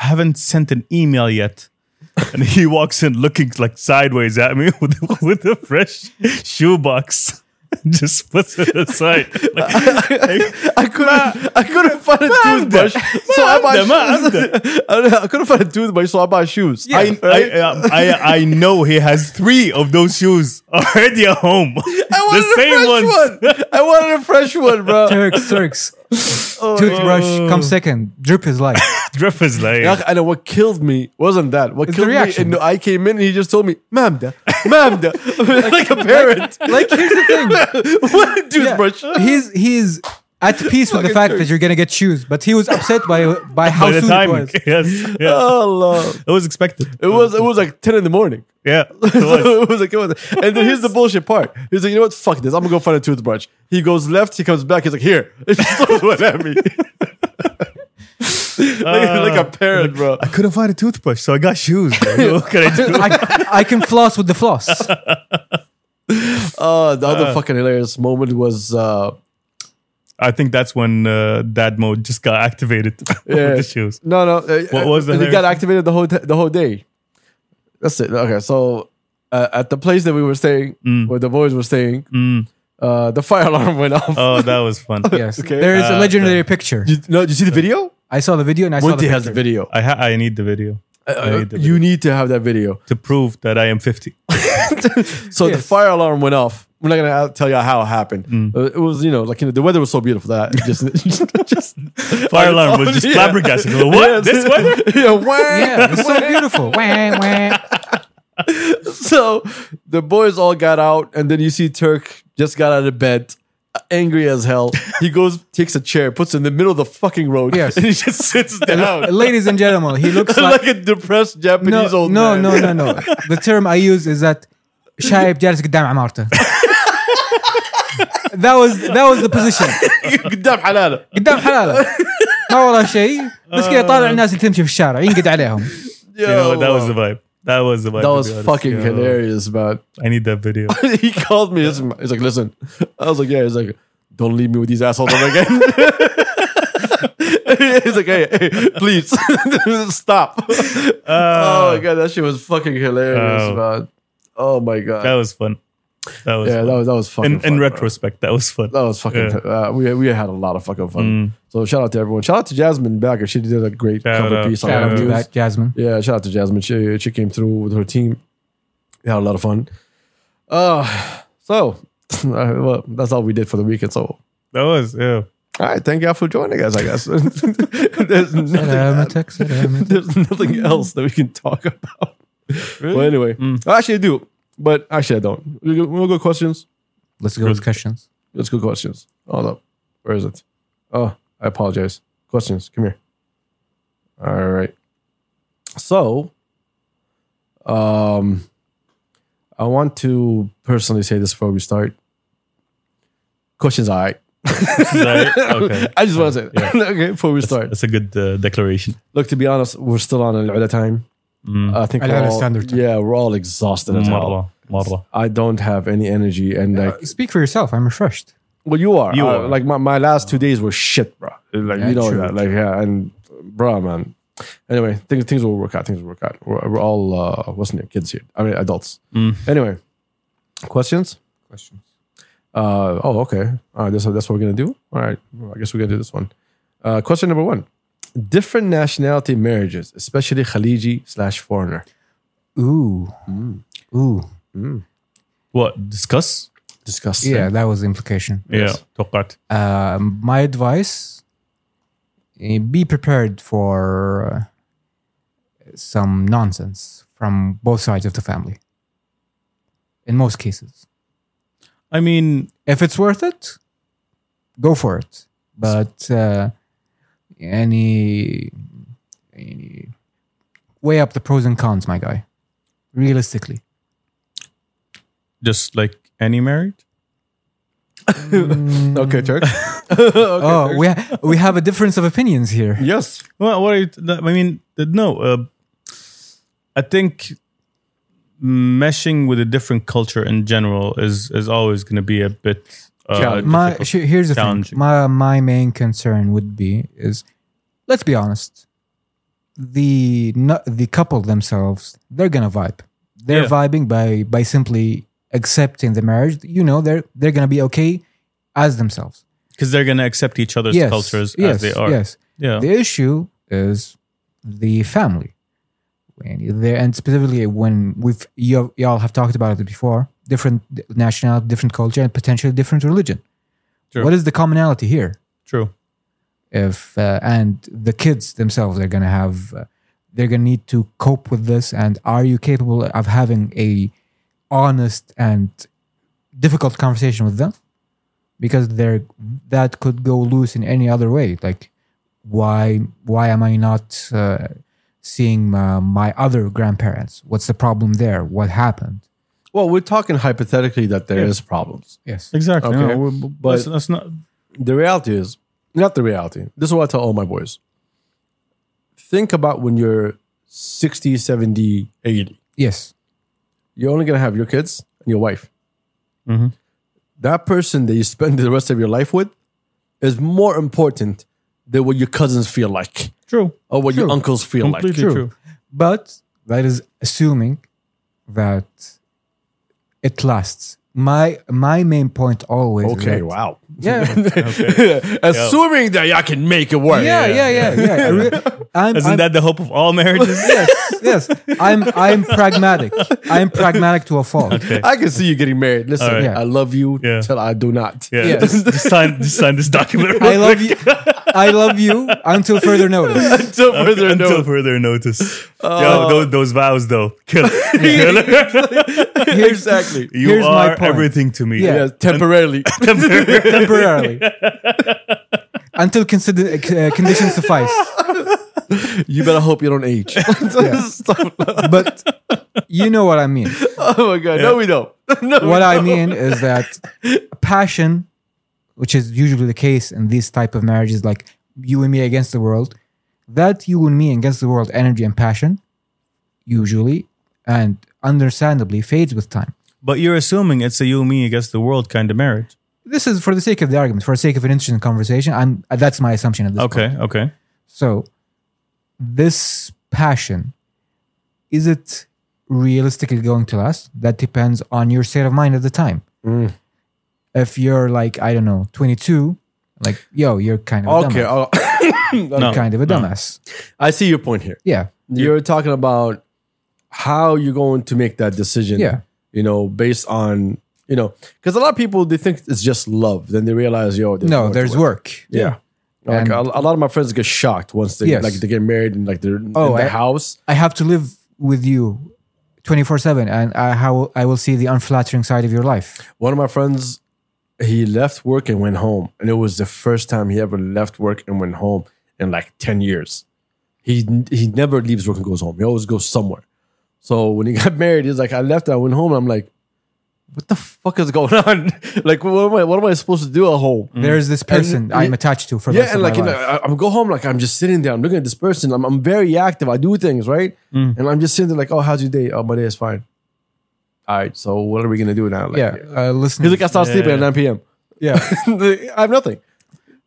[SPEAKER 2] I haven't sent an email yet. And he walks in looking like sideways at me with, with a fresh shoebox. Just puts it aside. Like,
[SPEAKER 3] I couldn't. I couldn't find a toothbrush, so I bought
[SPEAKER 2] Ma'amda,
[SPEAKER 3] shoes. I don't know, I couldn't find a toothbrush, so I bought shoes.
[SPEAKER 1] Yeah.
[SPEAKER 2] I, I, um, I, I know he has three of those shoes already at home.
[SPEAKER 3] I wanted
[SPEAKER 2] the same
[SPEAKER 3] a
[SPEAKER 2] ones.
[SPEAKER 3] fresh one. I wanted a fresh one, bro. Oh,
[SPEAKER 1] Turks, Turks. Toothbrush
[SPEAKER 2] Oh.
[SPEAKER 1] comes second. Drip is life.
[SPEAKER 2] Drip is like,
[SPEAKER 3] Yeah, I know what killed me wasn't that. What
[SPEAKER 1] It's the
[SPEAKER 3] killed me?
[SPEAKER 1] reaction.
[SPEAKER 3] And I came in and he just told me, "Mamda, mamda," like a parent.
[SPEAKER 1] like here's the thing.
[SPEAKER 3] what a
[SPEAKER 1] Yeah.
[SPEAKER 3] toothbrush?
[SPEAKER 1] He's he's at peace with the
[SPEAKER 3] Fucking
[SPEAKER 1] fact
[SPEAKER 3] Turks.
[SPEAKER 1] that you're gonna get shoes, but he was upset by by how
[SPEAKER 2] by the
[SPEAKER 1] soon it
[SPEAKER 2] timing.
[SPEAKER 1] was.
[SPEAKER 2] Yes. Yeah.
[SPEAKER 3] Oh, Lord.
[SPEAKER 2] it was expected.
[SPEAKER 3] It was it was like ten in the morning.
[SPEAKER 2] Yeah. It was.
[SPEAKER 3] So it was like, it was, and then here's the bullshit part. He's like, you know what? Fuck this. I'm gonna go find a toothbrush. He goes left. He comes back. He's like, here. It just throws one at me. like,
[SPEAKER 2] Uh,
[SPEAKER 3] like a parent, bro.
[SPEAKER 2] I couldn't find a toothbrush, so I got shoes. bro. what can I do?
[SPEAKER 1] I, I can floss with the floss.
[SPEAKER 3] Uh, the other fucking hilarious moment was uh,
[SPEAKER 2] I think that's when uh, dad mode just got activated with the shoes.
[SPEAKER 3] No, no. uh,
[SPEAKER 2] What
[SPEAKER 3] uh,
[SPEAKER 2] was the
[SPEAKER 3] He
[SPEAKER 2] hilarious-
[SPEAKER 3] got activated the whole t- the whole day. That's it. Okay, so uh, at the place that we were staying,
[SPEAKER 2] Mm.
[SPEAKER 3] where the boys were staying, uh, the fire alarm went off.
[SPEAKER 2] Oh, that was fun.
[SPEAKER 1] Yes,
[SPEAKER 3] Okay.
[SPEAKER 1] there is a
[SPEAKER 2] Uh,
[SPEAKER 1] legendary picture.
[SPEAKER 3] Did- no, did you see the video?
[SPEAKER 1] I saw the video and I saw the
[SPEAKER 3] Monty
[SPEAKER 1] picture.
[SPEAKER 3] has the video.
[SPEAKER 2] I ha- I need the video
[SPEAKER 3] Uh,
[SPEAKER 2] need the
[SPEAKER 3] you need to have that video.
[SPEAKER 2] to prove that I am fifty.
[SPEAKER 3] So the
[SPEAKER 1] Yes.
[SPEAKER 3] fire alarm went off. We're not gonna tell you how it happened.
[SPEAKER 2] Mm.
[SPEAKER 3] Uh, it was, you know, like you know, the weather was so beautiful that it just, just
[SPEAKER 2] Fire alarm was just
[SPEAKER 3] Yeah.
[SPEAKER 2] flabbergasted. Like, What this weather?
[SPEAKER 3] yeah, wah.
[SPEAKER 1] Yeah, it's so beautiful. Wah, wah.
[SPEAKER 3] so the boys all got out, and then you see Turk just got out of bed, uh, angry as hell. He goes, takes a chair, puts it in the middle of the fucking road,
[SPEAKER 1] Yes.
[SPEAKER 3] and he just sits down
[SPEAKER 1] Ladies and gentlemen, he looks like,
[SPEAKER 3] like a depressed
[SPEAKER 1] no,
[SPEAKER 3] Japanese old
[SPEAKER 1] no,
[SPEAKER 3] man.
[SPEAKER 1] no, no, no. The term I use is that شايب جالس قدام عمارته. That was that was the position.
[SPEAKER 3] قدام حلاله.
[SPEAKER 1] قدام حلاله ما وراه شيء بس كذا
[SPEAKER 3] Uh.
[SPEAKER 1] طالع الناس اللي تمشي في الشارع ينقد عليهم.
[SPEAKER 3] Yo,
[SPEAKER 2] You know, that was
[SPEAKER 3] Oh, wow.
[SPEAKER 2] the vibe. That was the vibe.
[SPEAKER 3] that
[SPEAKER 2] to
[SPEAKER 3] was
[SPEAKER 2] be honest.
[SPEAKER 3] fucking
[SPEAKER 2] Yo,
[SPEAKER 3] hilarious, man.
[SPEAKER 2] I need that video.
[SPEAKER 3] he called me. He's he's like, listen. I was like, yeah. He's like, don't leave me with these assholes ever again. he's like, hey, hey please stop. oh
[SPEAKER 2] Ah,
[SPEAKER 3] my god, that shit was fucking hilarious,
[SPEAKER 2] Oh.
[SPEAKER 3] man. Oh my god.
[SPEAKER 2] That was fun. That was
[SPEAKER 3] yeah,
[SPEAKER 2] fun.
[SPEAKER 3] that was that was fucking.
[SPEAKER 2] in
[SPEAKER 3] fun,
[SPEAKER 2] in
[SPEAKER 3] bro.
[SPEAKER 2] retrospect, that was fun.
[SPEAKER 3] That was fucking. Uh, we we had a lot of fucking fun. So shout out to everyone. Shout out to Jasmine Becker. She did a great
[SPEAKER 2] Mm. Shout
[SPEAKER 3] cover
[SPEAKER 2] out.
[SPEAKER 3] piece on
[SPEAKER 2] Shout
[SPEAKER 1] Shout
[SPEAKER 3] our
[SPEAKER 1] out to
[SPEAKER 3] news.
[SPEAKER 1] that, Jasmine.
[SPEAKER 3] Yeah, shout out to Jasmine. She she came through with her team. We had a lot of fun. Uh so uh, well, that's all we did for the weekend. So all
[SPEAKER 2] That was yeah.
[SPEAKER 3] right, thank y'all for joining us. I guess there's nothing
[SPEAKER 1] سلامتك سلامتك.
[SPEAKER 3] there's nothing else that we can talk about. Well, anyway, actually I do, but actually I don't. We go, we'll go questions.
[SPEAKER 1] Let's go with questions.
[SPEAKER 3] Let's go questions. Hold up, where is it? Oh, I apologize. Questions, come here. All right. So, um, I want to personally say this before we start. Questions all right.
[SPEAKER 2] Alright, okay.
[SPEAKER 3] I just want to say that.
[SPEAKER 2] Yeah.
[SPEAKER 3] okay, before we start.
[SPEAKER 2] That's a good uh, declaration.
[SPEAKER 3] Look, to be honest, we're still on al time.
[SPEAKER 2] Mm.
[SPEAKER 3] I think we're
[SPEAKER 1] Al-Ula
[SPEAKER 3] all,
[SPEAKER 1] standard time.
[SPEAKER 3] Yeah, we're all exhausted
[SPEAKER 2] Mm-hmm.
[SPEAKER 3] as hell.
[SPEAKER 2] Marra, marra.
[SPEAKER 3] I don't have any energy, and like,
[SPEAKER 1] Speak for yourself. I'm refreshed.
[SPEAKER 3] well, you are.
[SPEAKER 2] You
[SPEAKER 3] Uh,
[SPEAKER 2] are.
[SPEAKER 3] Like my, my last two days were shit, bro. Like
[SPEAKER 1] Yeah,
[SPEAKER 3] you know
[SPEAKER 1] true,
[SPEAKER 3] that. Like yeah, and bro, man. Anyway, things things will work out. Things will work out. We're, we're all uh, what's the name? Kids here. I mean, adults. Anyway, questions.
[SPEAKER 1] Questions.
[SPEAKER 3] Uh, oh, okay. All right, that's that's what we're gonna do. All right, Well, I guess we're gonna do this one. Uh, question number one: Different nationality marriages, especially Khaliji slash foreigner.
[SPEAKER 1] Ooh. Ooh.
[SPEAKER 2] What? Discuss?
[SPEAKER 3] Discuss.
[SPEAKER 1] Yeah, that was the implication.
[SPEAKER 2] Yeah. توقعت.
[SPEAKER 1] Uh, my advice eh, be prepared for uh, some nonsense from both sides of the family. In most cases.
[SPEAKER 2] I mean,
[SPEAKER 1] If it's worth it, go for it. But uh, any, any weigh up the pros and cons, my guy. Realistically.
[SPEAKER 2] just like any marriage?
[SPEAKER 3] Okay, Turk.
[SPEAKER 1] oh, we ha- we have a difference of opinions here.
[SPEAKER 3] yes.
[SPEAKER 2] Well, what are you? th- I mean, th- no. Uh, I think meshing with a different culture in general is is always going to be a bit. Uh,
[SPEAKER 3] Challenge.
[SPEAKER 1] My
[SPEAKER 2] difficult.
[SPEAKER 1] sh- here's the thing.
[SPEAKER 2] challenging.
[SPEAKER 1] My my main concern would be is, let's be honest, the nu- the couple themselves they're gonna vibe. They're
[SPEAKER 2] Yeah.
[SPEAKER 1] vibing by by simply accepting the marriage. You know they're they're gonna be okay as themselves.
[SPEAKER 2] because they're going to accept each other's
[SPEAKER 1] yes,
[SPEAKER 2] cultures
[SPEAKER 1] yes,
[SPEAKER 2] as they are.
[SPEAKER 1] Yes.
[SPEAKER 2] Yeah.
[SPEAKER 1] The issue is the family. When there- And specifically, when we've you- y'all have talked about it before, different nationality, different culture, and potentially different religion.
[SPEAKER 2] Sure.
[SPEAKER 1] What is the commonality here?
[SPEAKER 2] True.
[SPEAKER 1] If uh, and the kids themselves are going to have, uh, they're going to need to cope with this. And are you capable of having a honest and difficult conversation with them? Because they're that could go loose in any other way. Like why why am I not uh, seeing my, my other grandparents? What's the problem there? What happened?
[SPEAKER 3] Well, we're talking hypothetically that there is problems.
[SPEAKER 1] Yes.
[SPEAKER 2] Exactly.
[SPEAKER 3] Okay.
[SPEAKER 2] No, we-
[SPEAKER 3] But-
[SPEAKER 2] that's, that's not.
[SPEAKER 3] The reality is not the reality. This is what I tell all my boys. Think about when you're 60, 70, 80.
[SPEAKER 1] Yes.
[SPEAKER 3] You're only going to have your kids and your wife.
[SPEAKER 2] Mhm.
[SPEAKER 3] That person that you spend the rest of your life with is more important than what your cousins feel like
[SPEAKER 2] True.
[SPEAKER 3] or what your
[SPEAKER 1] True.
[SPEAKER 3] uncles feel
[SPEAKER 2] Completely
[SPEAKER 3] like.
[SPEAKER 2] true.
[SPEAKER 1] But that is assuming that it lasts. My my main point always. is
[SPEAKER 3] Okay,
[SPEAKER 1] that-
[SPEAKER 3] wow.
[SPEAKER 1] Yeah.
[SPEAKER 3] Assuming that y'all can make it work.
[SPEAKER 1] Yeah, yeah, yeah, yeah. I re- I'm,
[SPEAKER 2] Isn't
[SPEAKER 1] I'm-
[SPEAKER 2] that the hope of all marriages?
[SPEAKER 1] yes, yes. I'm I'm pragmatic. I'm pragmatic to a fault.
[SPEAKER 3] I can see you getting married. Listen,
[SPEAKER 2] right.
[SPEAKER 3] I love you
[SPEAKER 2] Yeah.
[SPEAKER 3] till I do not.
[SPEAKER 2] yeah.
[SPEAKER 1] Yes.
[SPEAKER 2] Just, just sign, just sign this document.
[SPEAKER 1] I love you. I love you until further notice.
[SPEAKER 3] Until further
[SPEAKER 2] Until
[SPEAKER 3] notice.
[SPEAKER 2] further notice.
[SPEAKER 1] Uh,
[SPEAKER 2] Yo, those, those vows, though. Kill it. Kill it.
[SPEAKER 3] exactly.
[SPEAKER 2] You
[SPEAKER 1] Here's my
[SPEAKER 2] are
[SPEAKER 1] point.
[SPEAKER 2] everything to me.
[SPEAKER 1] Yeah.
[SPEAKER 3] Yeah, temporarily.
[SPEAKER 1] temporarily until consider, uh, conditions suffice.
[SPEAKER 3] you better hope you don't age.
[SPEAKER 1] But you know what I mean.
[SPEAKER 3] Oh my god. No, we don't. No.
[SPEAKER 1] What I mean is that passion, which is usually the case in these type of marriages, like you and me against the world, that you and me against the world energy and passion, usually and understandably fades with time.
[SPEAKER 2] But you're assuming it's a you, me against the world kind of marriage.
[SPEAKER 1] This is for the sake of the argument, for the sake of an interesting conversation. I'm uh, that's my assumption at this point.
[SPEAKER 2] Okay. Okay.
[SPEAKER 1] So, this passion, is it realistically going to last? That depends on your state of mind at the time.
[SPEAKER 3] Mm.
[SPEAKER 1] If you're like, I don't know, 22, like, yo, you're kind of
[SPEAKER 3] Okay.
[SPEAKER 1] a dumbass.
[SPEAKER 3] oh,
[SPEAKER 2] No.
[SPEAKER 1] Kind of a dumbass.
[SPEAKER 3] I see your point here.
[SPEAKER 1] Yeah.
[SPEAKER 3] You're talking about how you're going to make that decision.
[SPEAKER 1] Yeah.
[SPEAKER 3] You know, based on you know, because a lot of people they think it's just love. Then they realize, yo, there's more
[SPEAKER 1] No,
[SPEAKER 3] to
[SPEAKER 1] there's
[SPEAKER 3] it.
[SPEAKER 1] work.
[SPEAKER 3] Yeah.
[SPEAKER 1] And-
[SPEAKER 3] Like a, a lot of my friends get shocked once they
[SPEAKER 1] Yes.
[SPEAKER 3] like they get married and like they're
[SPEAKER 1] Oh,
[SPEAKER 3] in the
[SPEAKER 1] I-
[SPEAKER 3] house.
[SPEAKER 1] I have to live with you 24 7 and I, how, I will see the unflattering side of your life.
[SPEAKER 3] One of my friends, he left work and went home, and it was the first time he ever left work and went home in like ten years. He he never leaves work and goes home. He always goes somewhere. So when he got married, he's like, I left, I went home. I'm like, what the fuck is going on? like, what am I? What am I supposed to do at home?
[SPEAKER 1] There is this person
[SPEAKER 3] Mm. And-
[SPEAKER 1] I'm attached to for Mm, the
[SPEAKER 3] Yeah,
[SPEAKER 1] rest
[SPEAKER 3] and
[SPEAKER 1] of
[SPEAKER 3] like
[SPEAKER 1] my
[SPEAKER 3] you know, uh,
[SPEAKER 1] life.
[SPEAKER 3] I, I'm go home like I'm just sitting there. I'm looking at this person. I'm, I'm very active. I do things right,
[SPEAKER 1] Mm.
[SPEAKER 3] and I'm just sitting there like, oh, how's your day? Oh, my day is fine. All right, so what are we gonna do now? Like,
[SPEAKER 1] yeah, uh,
[SPEAKER 3] he's
[SPEAKER 1] listeners.
[SPEAKER 3] like, I start sleeping at
[SPEAKER 2] Yeah.
[SPEAKER 3] 9 p.m.
[SPEAKER 1] yeah,
[SPEAKER 3] I have nothing.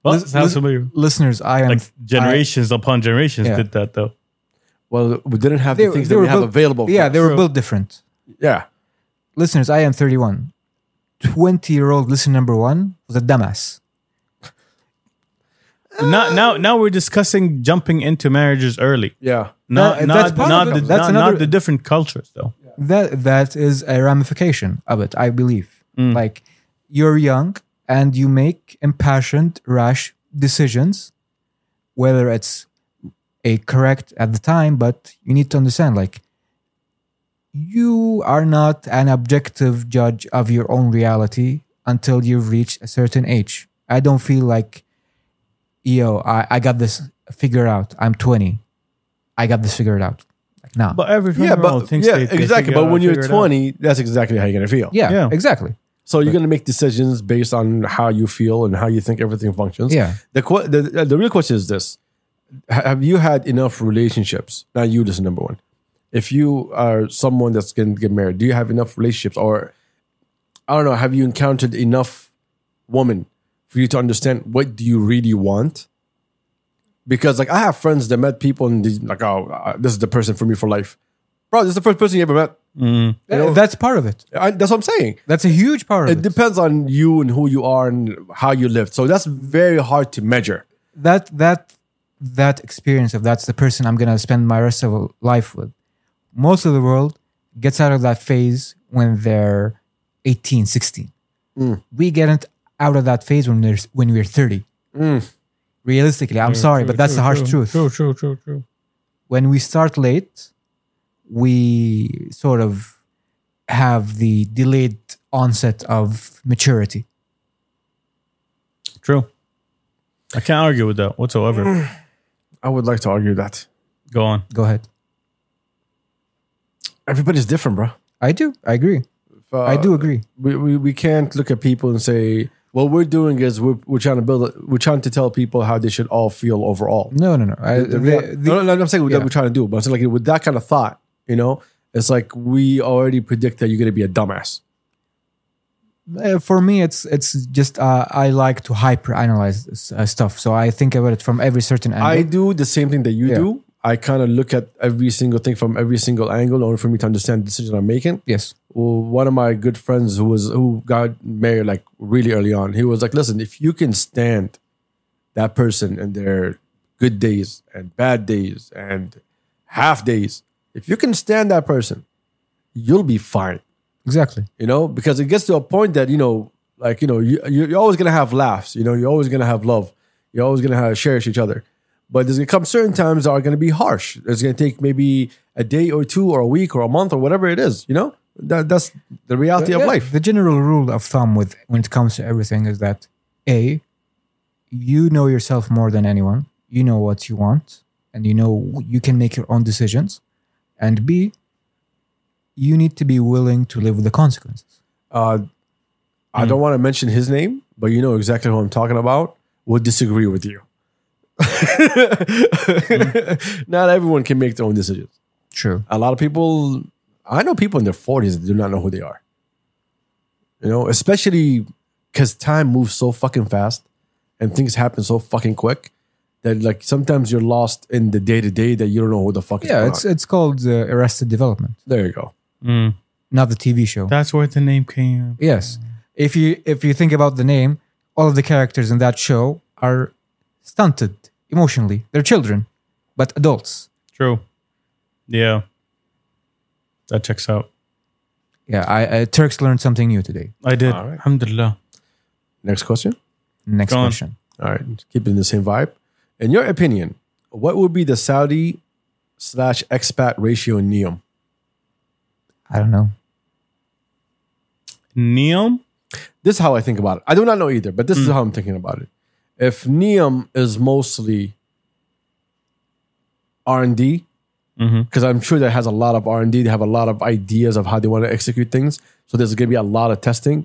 [SPEAKER 2] Well,
[SPEAKER 1] Lis-
[SPEAKER 2] sounds
[SPEAKER 1] lis-
[SPEAKER 2] familiar.
[SPEAKER 1] listeners. I am
[SPEAKER 2] Like generations upon generations
[SPEAKER 1] Yeah.
[SPEAKER 2] did that though.
[SPEAKER 3] Well, we didn't have the things that we have
[SPEAKER 1] built-
[SPEAKER 3] available. for
[SPEAKER 1] Yeah,
[SPEAKER 3] us.
[SPEAKER 1] they were built different.
[SPEAKER 3] yeah.
[SPEAKER 1] Listeners, I am 31. 20 year old listener number one was a dumbass.
[SPEAKER 2] now, now, now we're discussing jumping into marriages early.
[SPEAKER 3] Yeah.
[SPEAKER 2] Not,
[SPEAKER 1] That- that's
[SPEAKER 2] not,
[SPEAKER 1] part
[SPEAKER 2] not,
[SPEAKER 1] of
[SPEAKER 2] the,
[SPEAKER 1] it. That's
[SPEAKER 2] not,
[SPEAKER 1] another-
[SPEAKER 2] not the different cultures though.
[SPEAKER 1] That that is a ramification of it, I believe.
[SPEAKER 2] Mm.
[SPEAKER 1] Like you're young and you make impassioned, rash decisions, whether it's a correct at the time, but you need to understand like you are not an objective judge of your own reality until you've reached a certain age. I don't feel like, yo, I, I got this figured out. I'm 20. I got this figured out. Like, nah.
[SPEAKER 2] But every
[SPEAKER 3] Yeah,
[SPEAKER 2] twenty-year-old
[SPEAKER 3] but
[SPEAKER 2] thinks
[SPEAKER 3] yeah,
[SPEAKER 2] they- they
[SPEAKER 3] exactly.
[SPEAKER 2] figure
[SPEAKER 3] But
[SPEAKER 2] out-
[SPEAKER 3] when you're
[SPEAKER 2] figure it out.
[SPEAKER 3] 20, that's exactly how you're gonna feel.
[SPEAKER 1] yeah,
[SPEAKER 2] yeah.
[SPEAKER 1] exactly.
[SPEAKER 3] So you're gonna make decisions based on how you feel and how you think everything functions.
[SPEAKER 1] Yeah.
[SPEAKER 3] The qu- the, the the real question is this: Ha- Have you had enough relationships? Now you listen, number one. If you are someone that's going to get married, do you have enough relationships, or I don't know, have you encountered enough women for you to understand what do you really want? Because like I have friends that met people and they, like, oh, uh, this is the person for me for life, bro. This is the first person you ever met. You know?
[SPEAKER 1] That's part of it.
[SPEAKER 3] I, that's what I'm saying.
[SPEAKER 1] That's a huge part
[SPEAKER 3] It
[SPEAKER 1] of it.
[SPEAKER 3] depends on you and who you are and how you live. So that's very hard to measure.
[SPEAKER 1] That that that experience of that's the person I'm gonna spend my rest of life with. Most of the world gets out of that phase when they're 18, 16. We get it out of that phase when there's when we're 30. Realistically, I'm sorry, but that's the harsh truth.
[SPEAKER 2] True, true, true, true.
[SPEAKER 1] when we start late, we sort of have the delayed onset of maturity.
[SPEAKER 2] True. I can't argue with that whatsoever.
[SPEAKER 3] I would like to argue that
[SPEAKER 2] Go on.
[SPEAKER 1] Go ahead.
[SPEAKER 3] everybody's different, bro.
[SPEAKER 1] I do. I agree.
[SPEAKER 3] Uh,
[SPEAKER 1] I do agree.
[SPEAKER 3] We, we we can't look at people and say what we're doing is we're, we're trying to build. We're trying to tell people how they should all feel overall.
[SPEAKER 1] No, no, no. I, the,
[SPEAKER 3] Yeah. no, no, no, I'm saying what
[SPEAKER 1] yeah.
[SPEAKER 3] we're trying to do, but I'm saying like with that kind of thought, you know, it's like we already predict that you're gonna be a dumbass.
[SPEAKER 1] uh, for me, it's it's just uh, I like to hyper analyze uh, stuff, so I think about it from every certain
[SPEAKER 3] I
[SPEAKER 1] angle.
[SPEAKER 3] do the same thing that you
[SPEAKER 1] Yeah.
[SPEAKER 3] do. I kind of look at every single thing from every single angle in order for me to understand the decision I'm making.
[SPEAKER 1] yes,
[SPEAKER 3] well, one of my good friends who was who got married like really early on, he was like, "Listen, if you can stand that person and their good days and bad days and half days, if you can stand that person, you'll be fine."
[SPEAKER 1] exactly.
[SPEAKER 3] You know, because it gets to a point that you know, like you know, you you- you're always gonna have laughs. You know, you're always gonna have love. You're always gonna have, cherish each other. But there's gonna come certain times that are gonna be harsh. It's gonna take maybe a day or two or a week or a month or whatever it is. You know, that that's the reality
[SPEAKER 1] Yeah,
[SPEAKER 3] of life.
[SPEAKER 1] The general rule of thumb with when it comes to everything is that a you know yourself more than anyone. You know what you want, and you know you can make your own decisions. And b you need to be willing to live with the consequences.
[SPEAKER 3] Uh, I don't want to mention his name, but you know exactly who I'm talking about. Will disagree with you. Not everyone can make their own decisions.
[SPEAKER 1] True.
[SPEAKER 3] a lot of people i know people in their 40s that do not know who they are you know especially because time moves so fucking fast and things happen so fucking quick that like sometimes you're lost in the day-to-day that you don't know who the fuck is
[SPEAKER 1] Yeah,
[SPEAKER 3] going
[SPEAKER 1] it's
[SPEAKER 3] on.
[SPEAKER 1] it's called uh, Arrested Development,
[SPEAKER 3] there you go
[SPEAKER 2] Mm.
[SPEAKER 1] not the TV show.
[SPEAKER 2] That's where the name came.
[SPEAKER 1] Yes.
[SPEAKER 3] Mm.
[SPEAKER 1] If you if you think about the name, all of the characters in that show are stunted emotionally. They're children, but adults.
[SPEAKER 2] True. Yeah. That checks out.
[SPEAKER 1] Yeah, I, I Turks learned something new today.
[SPEAKER 2] I did.
[SPEAKER 3] All right.
[SPEAKER 2] Alhamdulillah.
[SPEAKER 3] next question
[SPEAKER 1] Next
[SPEAKER 2] Go on.
[SPEAKER 1] question.
[SPEAKER 3] all right keep it in the same vibe in your opinion what would be the saudi slash expat ratio in neom
[SPEAKER 1] I don't know.
[SPEAKER 2] Neom?
[SPEAKER 3] this is how I think about it. I do not know either, but this is how I'm thinking about it. If Neum is mostly R and D because I'm sure that has a lot of R and D. They have a lot of ideas of how they want to execute things. So there's going to be a lot of testing.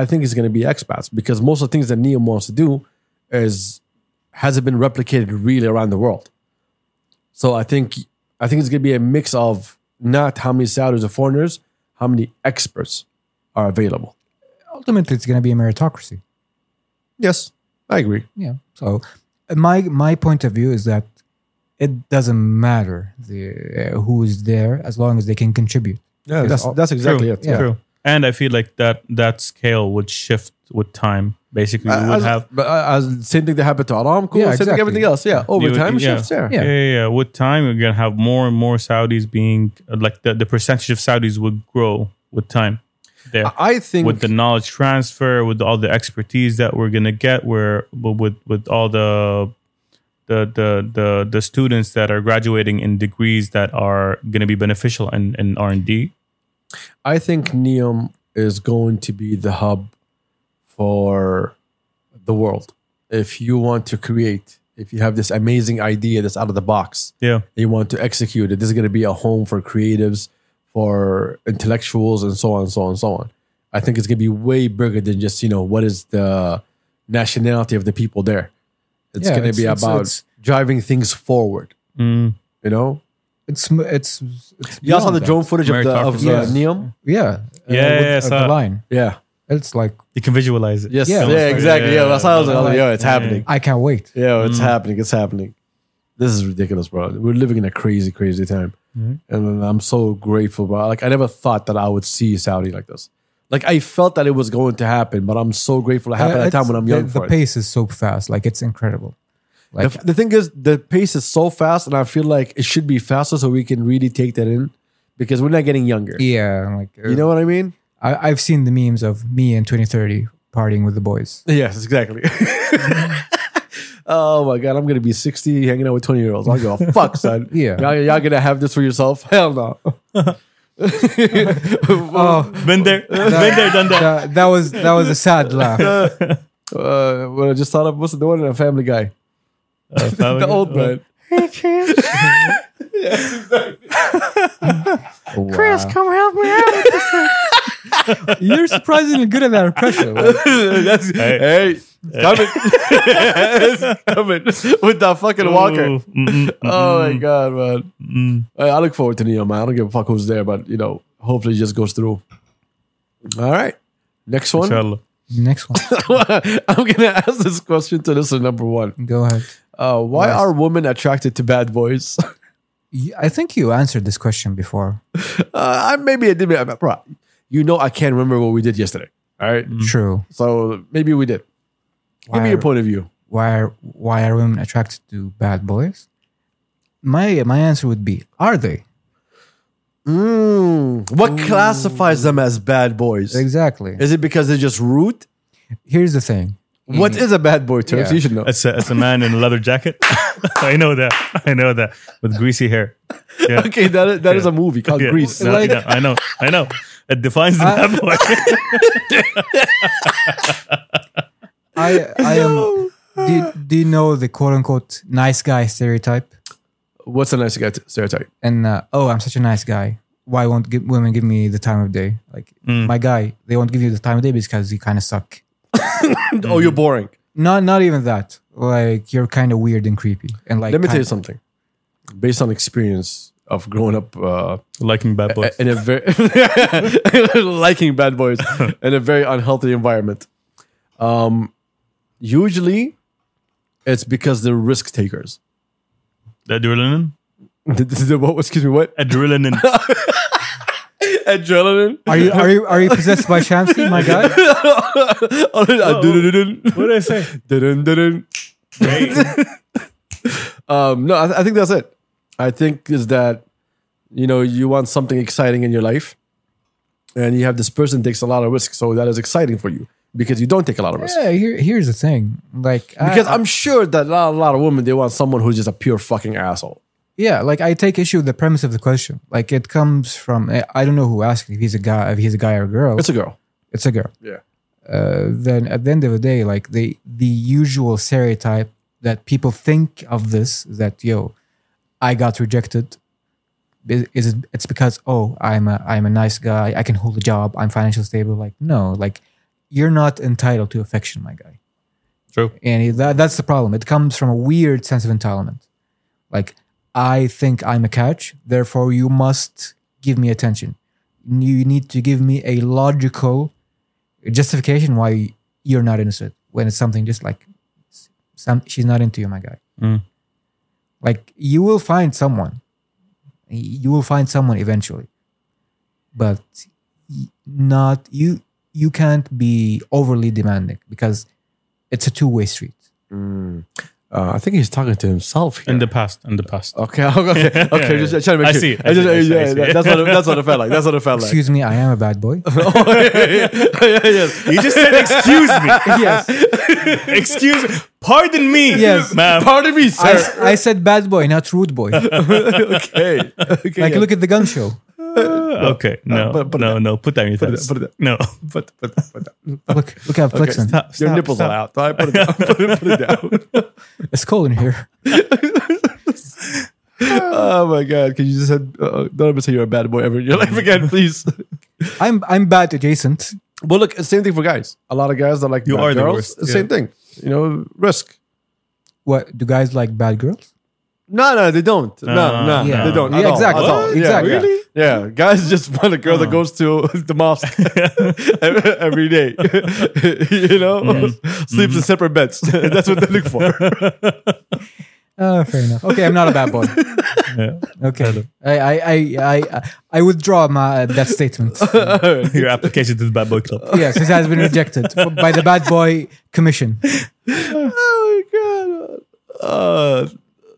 [SPEAKER 3] I think it's going to be expats because most of the things that Neo wants to do is hasn't been replicated really around the world. So I think I think it's going to be a mix of not how many salaries of foreigners, how many experts are available.
[SPEAKER 1] Ultimately, it's going to be a meritocracy.
[SPEAKER 3] Yes, I agree.
[SPEAKER 1] Yeah. So uh, my my point of view is that it doesn't matter the, uh, who is there as long as they can contribute.
[SPEAKER 3] Yeah,
[SPEAKER 1] Yes,
[SPEAKER 3] that's
[SPEAKER 1] all-
[SPEAKER 3] that's exactly
[SPEAKER 2] True.
[SPEAKER 3] it.
[SPEAKER 1] Yeah.
[SPEAKER 2] True. And I feel like that that scale would shift with time. Basically, we would
[SPEAKER 3] As-
[SPEAKER 2] have
[SPEAKER 3] but uh, as, same thing that happened to Aramco,
[SPEAKER 1] Yeah,
[SPEAKER 3] same thing
[SPEAKER 1] exactly.
[SPEAKER 3] everything else. Yeah, over
[SPEAKER 2] You would-
[SPEAKER 3] time
[SPEAKER 2] yeah.
[SPEAKER 3] shifts. Yeah.
[SPEAKER 1] Yeah.
[SPEAKER 2] yeah. yeah, yeah. With time, we're gonna have more and more Saudis being like the, the percentage of Saudis would grow with time. There,
[SPEAKER 3] I think
[SPEAKER 2] with the knowledge transfer, with all the expertise that we're gonna get, where with with all the the the the the students that are graduating in degrees that are gonna be beneficial in in R and D.
[SPEAKER 3] I think Neom is going to be the hub for the world. If you want to create, if you have this amazing idea that's out of the box,
[SPEAKER 2] Yeah,
[SPEAKER 3] and you want to execute it, this is going to be a home for creatives, for intellectuals, and so on and so on and so on. I think it's going to be way bigger than just you know what is the nationality of the people there. It's
[SPEAKER 1] Yeah,
[SPEAKER 3] going
[SPEAKER 1] it's-
[SPEAKER 3] to be
[SPEAKER 1] it's-
[SPEAKER 3] about
[SPEAKER 1] it's-
[SPEAKER 3] driving things forward.
[SPEAKER 2] Mm.
[SPEAKER 3] You know,
[SPEAKER 1] It's it's, it's
[SPEAKER 3] you also saw
[SPEAKER 1] beyond
[SPEAKER 3] the
[SPEAKER 1] that.
[SPEAKER 3] drone footage of the of
[SPEAKER 2] Meritocracy.
[SPEAKER 3] uh, Neom.
[SPEAKER 1] Yeah.
[SPEAKER 2] Yeah, yeah, yeah, I
[SPEAKER 1] with,
[SPEAKER 2] saw
[SPEAKER 3] uh,
[SPEAKER 1] the
[SPEAKER 2] it.
[SPEAKER 1] line.
[SPEAKER 3] Yeah.
[SPEAKER 1] It's like
[SPEAKER 2] you can visualize it.
[SPEAKER 3] Yes.
[SPEAKER 1] Yeah.
[SPEAKER 3] Yeah.
[SPEAKER 1] Yeah,
[SPEAKER 3] exactly. Yeah.
[SPEAKER 2] yeah.
[SPEAKER 3] That's how I was like, oh,
[SPEAKER 1] Like-
[SPEAKER 3] yeah, it's
[SPEAKER 2] Yeah.
[SPEAKER 3] happening.
[SPEAKER 1] I can't wait.
[SPEAKER 3] Yeah, it's happening. It's happening. This is ridiculous, bro. We're living in a crazy, crazy time, and I'm so grateful, bro. Like I never thought that I would see Saudi like this. Like I felt that it was going to happen, but I'm so grateful it happened at a
[SPEAKER 1] It's-
[SPEAKER 3] time when I'm
[SPEAKER 1] the-
[SPEAKER 3] young
[SPEAKER 1] The,
[SPEAKER 3] for it.
[SPEAKER 1] pace is so fast. Like it's incredible. Like
[SPEAKER 3] the, the thing is, the pace is so fast, and I feel like it should be faster so we can really take that in, because we're not getting younger.
[SPEAKER 1] yeah, like uh,
[SPEAKER 3] You know what I mean?
[SPEAKER 1] I, I've seen the memes of me in 2030 partying with the boys.
[SPEAKER 3] Yes, exactly. oh my god, I'm gonna be 60 hanging out with 20 year olds. I'll go, fuck, son.
[SPEAKER 1] Yeah.
[SPEAKER 3] Y'all, y'all gonna have this for yourself? Hell no.
[SPEAKER 1] Oh,
[SPEAKER 2] Been there, been there, done that.
[SPEAKER 1] that, that was that was a sad laugh.
[SPEAKER 3] Uh, what I just thought of, what's the one in a family guy? The old man.
[SPEAKER 1] Chris, come help me out. You're surprisingly good at that impression. Like,
[SPEAKER 3] That's, hey, coming. It's coming. With that fucking
[SPEAKER 2] Mm,
[SPEAKER 3] walker. Oh my god, man. I, I look forward to Neo, man. I don't give a fuck who's there, but you know, hopefully it just goes through. All right. Next one.
[SPEAKER 2] Inshallah.
[SPEAKER 1] Next one,
[SPEAKER 3] I'm gonna ask this question to listener number one.
[SPEAKER 1] go ahead.
[SPEAKER 3] Uh, why
[SPEAKER 1] Nice.
[SPEAKER 3] are women attracted to bad boys? uh,
[SPEAKER 1] You- I think you answered this question before.
[SPEAKER 3] Uh, I maybe I did, but bro, you know I can't remember what we did yesterday. All right,
[SPEAKER 1] True.
[SPEAKER 3] so maybe we did. Give
[SPEAKER 1] Why
[SPEAKER 3] me your
[SPEAKER 1] are-
[SPEAKER 3] point of view.
[SPEAKER 1] Why are why are women attracted to bad boys? My my answer would be: Are they
[SPEAKER 2] Mm.
[SPEAKER 3] What classifies them as bad boys?
[SPEAKER 1] exactly?
[SPEAKER 3] Is it because they're just rude?
[SPEAKER 1] Here's the thing.
[SPEAKER 2] Mm.
[SPEAKER 3] What is a bad boy, Turks?
[SPEAKER 1] Yeah.
[SPEAKER 3] You should know.
[SPEAKER 2] That's a, it's a man in a leather jacket. I know that. I know that. With greasy hair. Yeah.
[SPEAKER 3] Okay, that is, that is
[SPEAKER 2] Yeah.
[SPEAKER 3] a movie called
[SPEAKER 2] Yeah.
[SPEAKER 3] Grease. Uh,
[SPEAKER 2] No,
[SPEAKER 1] Like-
[SPEAKER 2] yeah, I know. I know. It defines the
[SPEAKER 1] I-
[SPEAKER 2] bad boy.
[SPEAKER 1] I I am. Do, do you know the quote unquote nice guy stereotype?
[SPEAKER 3] What's a nice guy t- stereotype?
[SPEAKER 1] And uh, oh, I'm such a nice guy. Why won't gi- women give me the time of day? Like my guy, they won't give you the time of day because you kind of suck.
[SPEAKER 3] Oh,
[SPEAKER 2] Mm.
[SPEAKER 3] you're boring.
[SPEAKER 1] Not not even that. Like you're kind of weird and creepy. And like
[SPEAKER 3] Let me tell you
[SPEAKER 1] kinda-
[SPEAKER 3] something. Based on experience of growing up. Uh,
[SPEAKER 2] Liking bad boys.
[SPEAKER 3] in a very liking bad boys in a very unhealthy environment. Um, usually, it's because they're risk takers.
[SPEAKER 2] uh, Adrenaline?
[SPEAKER 3] The- the- the- what? Excuse me. What?
[SPEAKER 2] Adrenaline.
[SPEAKER 3] Adrenaline.
[SPEAKER 1] Are you are you are you possessed by Shamsi, my guy?
[SPEAKER 2] what did I say?
[SPEAKER 3] Dun, dun, dun. Um, no, I, I think that's it. I think is that you know you want something exciting in your life, and you have this person takes a lot of risk, so that is exciting for you because you don't take a lot of risk.
[SPEAKER 1] Yeah, here, here's the thing. Like
[SPEAKER 3] Because
[SPEAKER 1] I,
[SPEAKER 3] I'm sure that a lot, a lot of women they want someone who's just a pure fucking asshole.
[SPEAKER 1] yeah, like I take issue with the premise of the question. Like it comes from I- I don't know who asked if he's a guy if he's a guy or a girl.
[SPEAKER 3] It's a girl.
[SPEAKER 1] it's a girl.
[SPEAKER 3] Yeah.
[SPEAKER 1] Uh, then at the end of the day, like the the usual stereotype that people think of this is that yo, I got rejected, is, is it, it's because oh I'm a I'm a nice guy I can hold a job I'm financially stable like no like you're not entitled to affection my guy
[SPEAKER 2] True.
[SPEAKER 1] and that, that's the problem it comes from a weird sense of entitlement like I think I'm a catch therefore you must give me attention you need to give me a logical justification why you're not innocent when it's something just like some she's not into you my guy
[SPEAKER 2] Mm.
[SPEAKER 1] like you will find someone you will find someone eventually but y- not you you can't be overly demanding because it's a two-way street
[SPEAKER 3] Uh, I think he's talking to himself here.
[SPEAKER 2] In the past, in the past.
[SPEAKER 3] okay, okay, okay. Just trying to make
[SPEAKER 2] I
[SPEAKER 3] sure.
[SPEAKER 2] see, I
[SPEAKER 3] just-
[SPEAKER 2] see, I see,
[SPEAKER 3] yeah,
[SPEAKER 2] I see.
[SPEAKER 3] that- That's what. it- That's what it felt like. That's what it felt like.
[SPEAKER 1] excuse me i am a bad boy
[SPEAKER 3] yeah, yeah, yeah.
[SPEAKER 2] You just said, "Excuse me,
[SPEAKER 1] yes
[SPEAKER 2] excuse, me. pardon me,
[SPEAKER 1] Yes.
[SPEAKER 2] ma'am."
[SPEAKER 3] Pardon me,
[SPEAKER 1] I,
[SPEAKER 3] sir.
[SPEAKER 1] I said bad boy not rude boy like
[SPEAKER 3] okay. Okay. yeah.
[SPEAKER 1] look at the gun show
[SPEAKER 2] Okay, no,
[SPEAKER 3] Uh, put- put it
[SPEAKER 2] no, no. Put that in your
[SPEAKER 3] it
[SPEAKER 2] pants.
[SPEAKER 3] down, put it
[SPEAKER 2] No,
[SPEAKER 3] Put, put, put down.
[SPEAKER 1] look look at flexing
[SPEAKER 2] Stop,
[SPEAKER 3] Your
[SPEAKER 2] stop,
[SPEAKER 3] nipples
[SPEAKER 2] stop.
[SPEAKER 3] are out. All right, put it down. Put it, put it down.
[SPEAKER 1] it's cold in here
[SPEAKER 3] Oh my god! Can you just said, uh, don't ever say you're a bad boy ever in your life again, please.
[SPEAKER 1] i'm i'm bad adjacent
[SPEAKER 3] but look, same thing for guys. A lot of guys that like
[SPEAKER 2] You
[SPEAKER 3] bad
[SPEAKER 2] are the
[SPEAKER 3] girls,
[SPEAKER 2] worst,
[SPEAKER 3] Same
[SPEAKER 2] yeah.
[SPEAKER 3] thing. You know, risk.
[SPEAKER 1] what do guys like bad girls
[SPEAKER 3] No, no, they don't. No,
[SPEAKER 2] No,
[SPEAKER 3] no,
[SPEAKER 1] yeah.
[SPEAKER 3] they don't.
[SPEAKER 1] Yeah,
[SPEAKER 3] at all,
[SPEAKER 1] exactly.
[SPEAKER 3] at all.
[SPEAKER 1] What?
[SPEAKER 3] Yeah,
[SPEAKER 1] Exactly.
[SPEAKER 3] yeah.
[SPEAKER 1] Really?
[SPEAKER 3] Yeah. guys just want a girl that goes to the mosque every every day. you know, sleeps in separate beds. That's what they look for.
[SPEAKER 1] uh, fair enough okay i'm not a bad boy
[SPEAKER 2] Yeah.
[SPEAKER 1] Okay. I, I, I, I, I withdraw my, uh, that statement.
[SPEAKER 3] Oh
[SPEAKER 2] Your application to the bad boy club.
[SPEAKER 1] yes, it has been rejected f- by the Bad Boy Commission.
[SPEAKER 3] oh my god! Uh,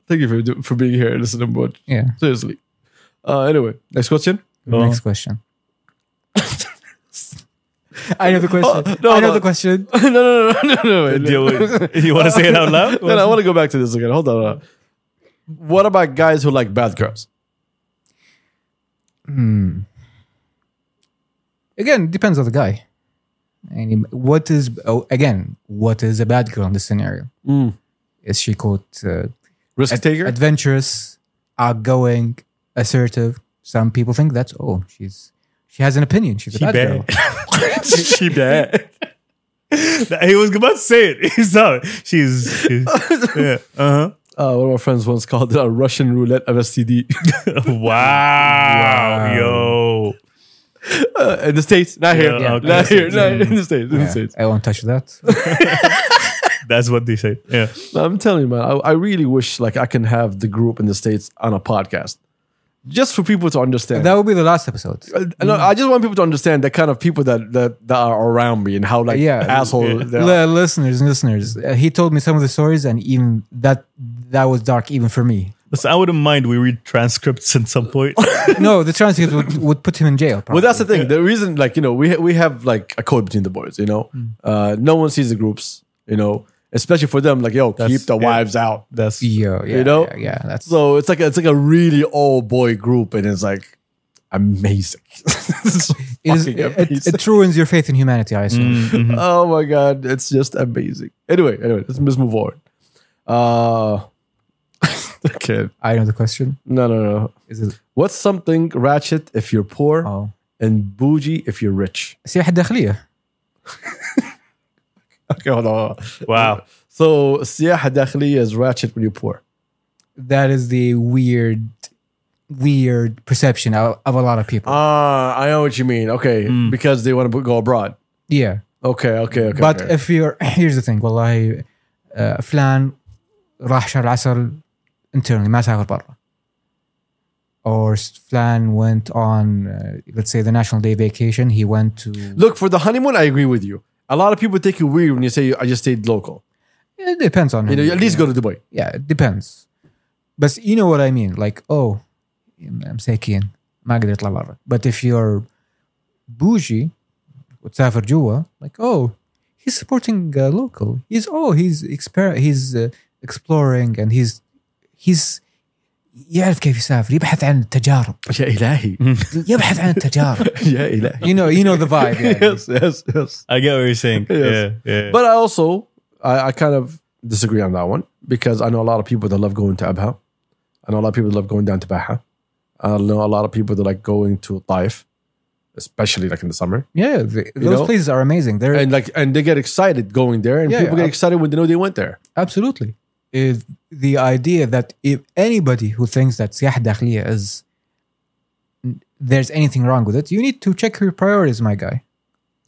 [SPEAKER 3] thank you for do- for being here. and listening, but
[SPEAKER 1] Yeah.
[SPEAKER 3] seriously. Uh, anyway, next question.
[SPEAKER 2] Oh.
[SPEAKER 1] Next question. I know the question.
[SPEAKER 3] Oh, no,
[SPEAKER 1] I know
[SPEAKER 3] no.
[SPEAKER 1] the question.
[SPEAKER 3] no, no, no, no, no. Wait,
[SPEAKER 2] Do you, want to say it out loud?
[SPEAKER 3] No, no, I want to go back to this again. Hold on. hold on. What about guys who like bad girls?
[SPEAKER 1] Again, it depends on the guy. And what is oh, again? What is a bad girl in this scenario?
[SPEAKER 3] Mm.
[SPEAKER 1] Is she quote uh,
[SPEAKER 3] Risk
[SPEAKER 1] ad-
[SPEAKER 3] taker?
[SPEAKER 1] adventurous, outgoing, assertive? Some people think that's oh, she's she has an opinion. She's a
[SPEAKER 2] She
[SPEAKER 1] bad
[SPEAKER 2] bad.
[SPEAKER 1] girl.
[SPEAKER 2] she bad. he was about to say it. He saw it. She's. she's yeah. Uh
[SPEAKER 3] uh, one of my friends once called it a Russian roulette of STD.
[SPEAKER 2] huh. Wow. Yo.
[SPEAKER 3] Uh, in the States, not here.
[SPEAKER 2] Yeah, Mm. okay.
[SPEAKER 3] Not here. Not in the States. In the
[SPEAKER 1] Yeah,
[SPEAKER 3] States.
[SPEAKER 1] I won't touch that.
[SPEAKER 2] That's what they say. Yeah.
[SPEAKER 3] I'm telling you, man, I, I really wish like I can have the group in the States on a podcast. Just for people to understand.
[SPEAKER 1] That Mm. will be the last episode.
[SPEAKER 3] I- no, I just want people to understand the kind of people that that, that are around me and how like
[SPEAKER 1] Yeah.
[SPEAKER 3] asshole they
[SPEAKER 1] Li-
[SPEAKER 3] are.
[SPEAKER 1] listeners, listeners, uh, he told me some of the stories, and even that that was dark, even for me.
[SPEAKER 2] So I wouldn't mind we read transcripts at some point.
[SPEAKER 1] No, the transcript would, would put him in jail.
[SPEAKER 3] Well,
[SPEAKER 1] Probably.
[SPEAKER 3] that's the thing. The reason, like you know, we we have like a code between the boys. You know,
[SPEAKER 2] Mm.
[SPEAKER 3] uh, no one sees the groups. You know, especially for them, like yo, keep the
[SPEAKER 2] yeah.
[SPEAKER 3] wives out.
[SPEAKER 2] That's
[SPEAKER 1] yeah, yeah,
[SPEAKER 3] you know?
[SPEAKER 1] yeah, yeah, that's
[SPEAKER 3] So it's like it's like a really old boy group, and it's like amazing. It's so
[SPEAKER 1] it, is,
[SPEAKER 3] fucking
[SPEAKER 1] it, it,
[SPEAKER 3] amazing.
[SPEAKER 1] it ruins your faith in humanity. I assume.
[SPEAKER 3] oh my god, it's just amazing. Anyway, anyway, let's, let's move forward. Uh, okay,
[SPEAKER 1] I know the question.
[SPEAKER 3] no, no, no.
[SPEAKER 1] Is it?
[SPEAKER 3] What's something ratchet if you're poor
[SPEAKER 1] Oh,
[SPEAKER 3] and bougie if you're rich?
[SPEAKER 1] السياحة الداخلية.
[SPEAKER 3] Okay, hold on. Hold on.
[SPEAKER 2] wow.
[SPEAKER 3] So siyaha dakhliya is ratchet when you're poor.
[SPEAKER 1] That is the weird, weird perception of, of a lot of people.
[SPEAKER 3] Ah, I know what you mean. Okay,
[SPEAKER 1] Mm.
[SPEAKER 3] because they want to go abroad.
[SPEAKER 1] yeah.
[SPEAKER 3] Okay, okay, okay.
[SPEAKER 1] But
[SPEAKER 3] okay.
[SPEAKER 1] if you're here's the thing والله uh, فلان راح شهر العسل internally ما سافر برا or فلان went on uh, let's say the national day vacation he went to
[SPEAKER 3] look for the honeymoon, I agree with you. A lot of people take it weird when you say I just stayed local.
[SPEAKER 1] it depends on
[SPEAKER 3] You know,
[SPEAKER 1] him.
[SPEAKER 3] you at least go to Dubai.
[SPEAKER 1] yeah it depends but you know what I mean like oh مساكين ما قدر يطلع برا but if you're bougie وتسافر جوا like oh he's supporting uh, local he's oh he's exper- he's uh, exploring and he's he's يعرف كيف يسافر يبحث عن التجارب
[SPEAKER 3] يا إلهي.
[SPEAKER 1] يبحث عن التجارب
[SPEAKER 3] يا إلهي.
[SPEAKER 1] you know you know the vibe يعني.
[SPEAKER 3] Yes, yes, yes.
[SPEAKER 2] I get what you're saying.
[SPEAKER 3] Yes.
[SPEAKER 2] Yeah. Yeah.
[SPEAKER 3] But I also I, I kind of disagree on that one because I know a lot of people that love going to Abha. I know a lot of people that love going down to Baha. I know a lot of people that like going to Taif, especially like in the summer,
[SPEAKER 1] Yeah, the, those
[SPEAKER 3] know?
[SPEAKER 1] places are amazing. They're
[SPEAKER 3] and like and they get excited going there, and
[SPEAKER 1] Yeah,
[SPEAKER 3] people
[SPEAKER 1] yeah.
[SPEAKER 3] get excited when they know they went there.
[SPEAKER 1] absolutely. If the idea that if anybody who thinks that Siyah Dakhliya is there's anything wrong with it, you need to check your priorities, my guy.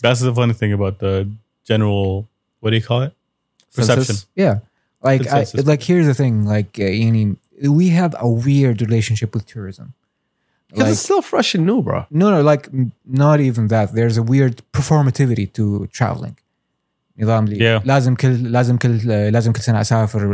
[SPEAKER 2] That's the funny thing about the general. What do you call it? Perception.
[SPEAKER 3] Census.
[SPEAKER 1] Yeah, like I,
[SPEAKER 2] Consensus.
[SPEAKER 1] like here's the thing, like uh, yani, we have a weird relationship with tourism.
[SPEAKER 3] Because it's still fresh and new, bro.
[SPEAKER 1] No, no, like m- not even that. There's a weird performativity to traveling. نظام لي
[SPEAKER 2] Yeah.
[SPEAKER 1] لازم كل لازم كل لازم كل سنه اسافر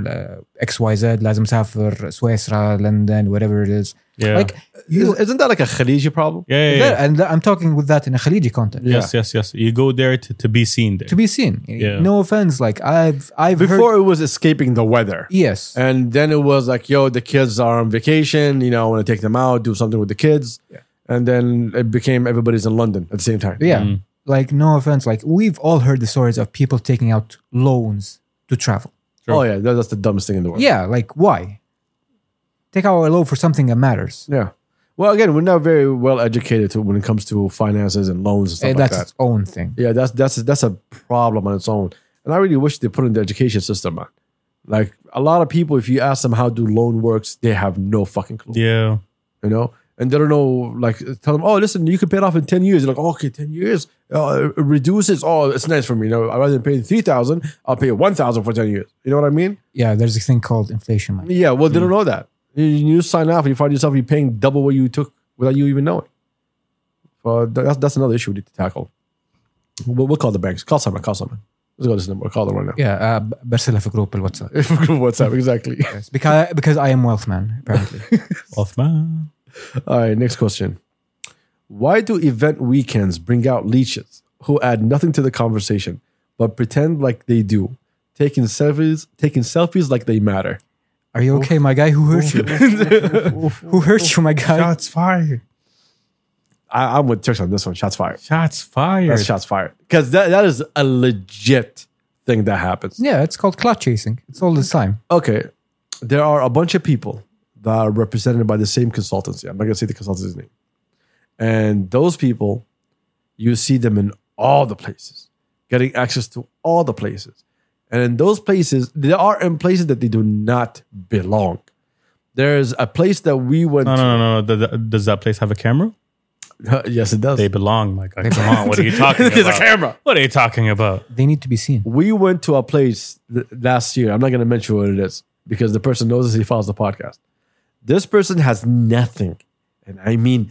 [SPEAKER 1] اكس واي زد لازم اسافر سويسرا لندن whatever it is
[SPEAKER 2] Yeah.
[SPEAKER 1] like you
[SPEAKER 3] Is- Isn't that like a Khaliji problem?
[SPEAKER 2] yeah, yeah, yeah.
[SPEAKER 1] and I'm talking with that in a Khaliji context
[SPEAKER 2] Yes, yes, yes. You go there to, to be seen there.
[SPEAKER 1] to be seen
[SPEAKER 2] Yeah.
[SPEAKER 1] no offense like I've I've
[SPEAKER 3] Before Uh,
[SPEAKER 1] heard,
[SPEAKER 3] it was escaping the weather.
[SPEAKER 1] yes
[SPEAKER 3] And then it was like, yo, the kids are on vacation. You know, I want to take them out, do something with the kids.
[SPEAKER 1] Yeah.
[SPEAKER 3] And then it became everybody's in London at the same time.
[SPEAKER 1] yeah
[SPEAKER 2] Mm.
[SPEAKER 1] like no offense like we've all heard the stories of people taking out loans to travel
[SPEAKER 3] Oh, yeah. That, that's the dumbest thing in the world.
[SPEAKER 1] yeah like why take out a loan for something that matters
[SPEAKER 3] Yeah. Well, again, we're not very well educated to, when it comes to finances and loans and stuff
[SPEAKER 1] Eh,
[SPEAKER 3] like
[SPEAKER 1] that's
[SPEAKER 3] that.
[SPEAKER 1] its own thing.
[SPEAKER 3] Yeah, that's that's that's a problem on its own. And I really wish they put it in the education system, man. Like a lot of people, if you ask them how do loan works, they have no fucking clue.
[SPEAKER 2] Yeah.
[SPEAKER 3] You know, and they don't know. Like tell them, oh, listen, you can pay it off in ten years. You're like, okay, ten years. Uh, it reduces. Oh, it's nice for me. You know, rather than paying three thousand, I'll pay one thousand for ten years. You know what I mean?
[SPEAKER 1] Yeah, there's a thing called inflation. Mike.
[SPEAKER 3] Yeah. Well, they don't know that. You, you sign off and you find yourself you paying double what you took without you even knowing. But tha- that's that's another issue we need to tackle. We'll, we'll call the banks. Call someone. Call someone. Let's go to this number. Call them right now.
[SPEAKER 1] Yeah, uh, b- برسلها في جروب الواتساب.
[SPEAKER 3] WhatsApp exactly.
[SPEAKER 1] Yes, because because I am wealth man apparently.
[SPEAKER 2] Othman.
[SPEAKER 3] All right, next question. Why do event weekends bring out leeches who add nothing to the conversation but pretend like they do, taking selfies, taking selfies like they matter?
[SPEAKER 1] Are you okay, my guy? Who hurt you? Who hurt you, my guy?
[SPEAKER 2] Shots fired.
[SPEAKER 3] I, I'm with Turks on this one. Shots fired.
[SPEAKER 2] Shots fired.
[SPEAKER 3] That's shots fired because that, that is a legit thing that happens.
[SPEAKER 1] Yeah, it's called clout chasing. It's all the time.
[SPEAKER 3] Okay, there are a bunch of people that are represented by the same consultancy. I'm not gonna say the consultancy's name, and those people, you see them in all the places, getting access to all the places, and in those places, they are in places that they do not belong. There's a place that we went.
[SPEAKER 2] no, no, no, no. Does that, does that place have a camera?
[SPEAKER 3] to. yes, it does.
[SPEAKER 2] They belong, my guy. Come on. What are you talking
[SPEAKER 3] There's a
[SPEAKER 2] about?
[SPEAKER 3] camera.
[SPEAKER 2] What are you talking about?
[SPEAKER 1] They need to be seen.
[SPEAKER 3] we went to a place th- last year. I'm not going to mention what it is because the person knows this. He follows the podcast. This person has nothing, and I mean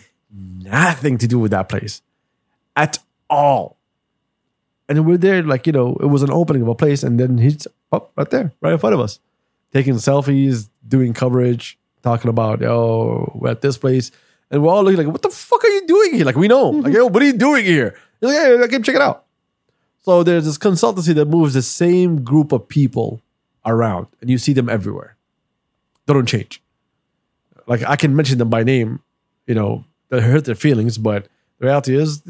[SPEAKER 3] nothing to do with that place at all. And we're there, like, you know, it was an opening of a place, and then he's up right there, right in front of us, taking selfies, doing coverage, talking about, oh, we're at this place. And we're all looking like, what the fuck are you doing here? Like, we know. Like, yo, what are you doing here? He's like, hey, okay, check it out. So there's this consultancy that moves the same group of people around, and you see them everywhere. They don't change. Like I can mention them by name, you know, that hurt their feelings, but the reality is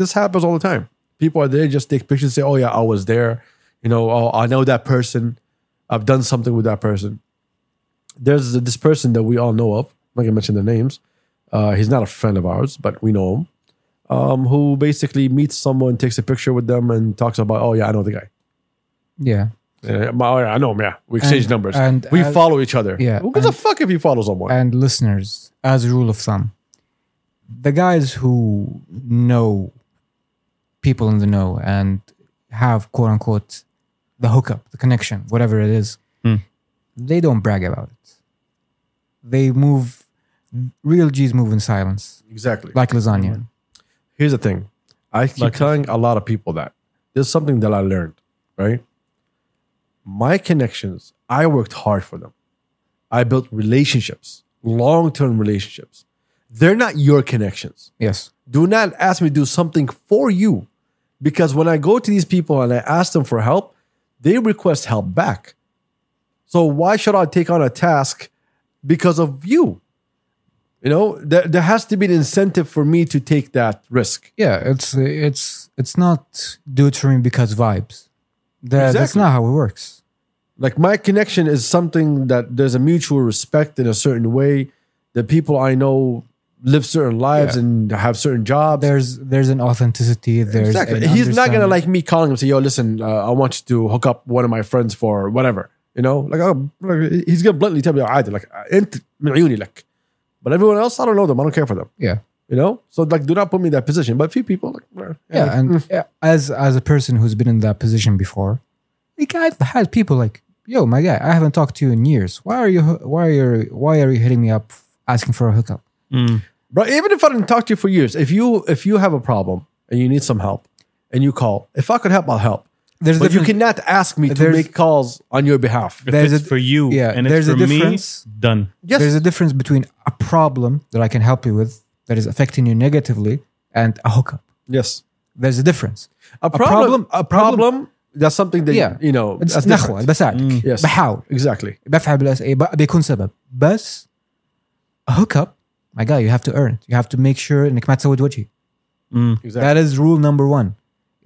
[SPEAKER 3] this happens all the time. People are there, just take pictures, say, "Oh yeah, I was there," you know, "Oh, I know that person, I've done something with that person." There's this person that we all know of. I'm not gonna mention their names. Uh, he's not a friend of ours, but we know him um, who basically meets someone, takes a picture with them, and talks about, oh yeah, I know the guy.
[SPEAKER 1] Yeah,
[SPEAKER 3] Yeah, my- oh, yeah, I know him. Yeah, we exchange
[SPEAKER 1] And-
[SPEAKER 3] numbers.
[SPEAKER 1] and
[SPEAKER 3] we
[SPEAKER 1] as-
[SPEAKER 3] follow each other.
[SPEAKER 1] Yeah,
[SPEAKER 3] who gives a
[SPEAKER 1] and-
[SPEAKER 3] fuck if you follow someone?
[SPEAKER 1] and listeners, as a rule of thumb, the guys who know people in the know and have quote unquote the hookup, the connection, whatever it is,
[SPEAKER 2] Hmm.
[SPEAKER 1] they don't brag about it. They move, real G's move in silence,
[SPEAKER 3] exactly.
[SPEAKER 1] like lasagna.
[SPEAKER 3] Here's the thing. I keep
[SPEAKER 2] Like-
[SPEAKER 3] telling a lot of people that there's something that I learned. Right, my connections. I worked hard for them. I built relationships, long-term relationships. They're not your connections.
[SPEAKER 1] Yes.
[SPEAKER 3] Do not ask me to do something for you. Because when I go to these people and I ask them for help, they request help back. So why should I take on a task because of you? You know, there, there has to be an incentive for me to take that risk.
[SPEAKER 1] Yeah, it's it's it's not do it for me because vibes. That, That's
[SPEAKER 3] Exactly.
[SPEAKER 1] not how it works.
[SPEAKER 3] Like my connection is something that there's a mutual respect in a certain way the people I know live certain lives and have certain jobs.
[SPEAKER 1] There's there's an authenticity. There's
[SPEAKER 3] Exactly.
[SPEAKER 1] an
[SPEAKER 3] He's not gonna
[SPEAKER 1] understanding.
[SPEAKER 3] like me calling him say, "Yo, listen, uh, I want you to hook up one of my friends for whatever." You know, like oh, like, he's gonna bluntly tell me, "عادي, like أنت من عيوني لك." But everyone else, I don't know them. I don't care for them.
[SPEAKER 1] Yeah.
[SPEAKER 3] You know, so like, do not put me in that position. But few people, like, yeah,
[SPEAKER 1] yeah, and yeah, as as a person who's been in that position before, like I've had people like, "Yo, my guy, I haven't talked to you in years. Why are you? Why are you? Why are you hitting me up asking for a hookup?"
[SPEAKER 3] Bro, even if I didn't talk to you for years, if you if you have a problem and you need some help and you call, if I could help, I'll help.
[SPEAKER 1] There's
[SPEAKER 3] But you
[SPEAKER 1] different-
[SPEAKER 3] cannot ask me to
[SPEAKER 1] There's-
[SPEAKER 3] make calls on your behalf.
[SPEAKER 2] If
[SPEAKER 1] There's
[SPEAKER 2] it's
[SPEAKER 1] a-
[SPEAKER 2] for you
[SPEAKER 1] yeah,
[SPEAKER 2] and it's
[SPEAKER 1] there's a
[SPEAKER 2] for me,
[SPEAKER 1] difference.
[SPEAKER 2] done.
[SPEAKER 3] Yes.
[SPEAKER 1] There's a difference between a problem that I can help you with that is affecting you negatively and a hookup.
[SPEAKER 3] Yes.
[SPEAKER 1] There's a difference.
[SPEAKER 3] A problem, a problem, that's something that
[SPEAKER 1] Yeah.
[SPEAKER 3] you know
[SPEAKER 1] It's
[SPEAKER 3] that's
[SPEAKER 1] نخوة
[SPEAKER 3] different. Mm.
[SPEAKER 1] بساعدك
[SPEAKER 3] Yes.
[SPEAKER 1] بحاول
[SPEAKER 3] Exactly.
[SPEAKER 1] بدفع بالاسئله ب- بيكون سبب بس a hookup my guy you have to earn it you have to make sure انك ما تسود وجهي
[SPEAKER 3] Exactly.
[SPEAKER 1] that is rule number one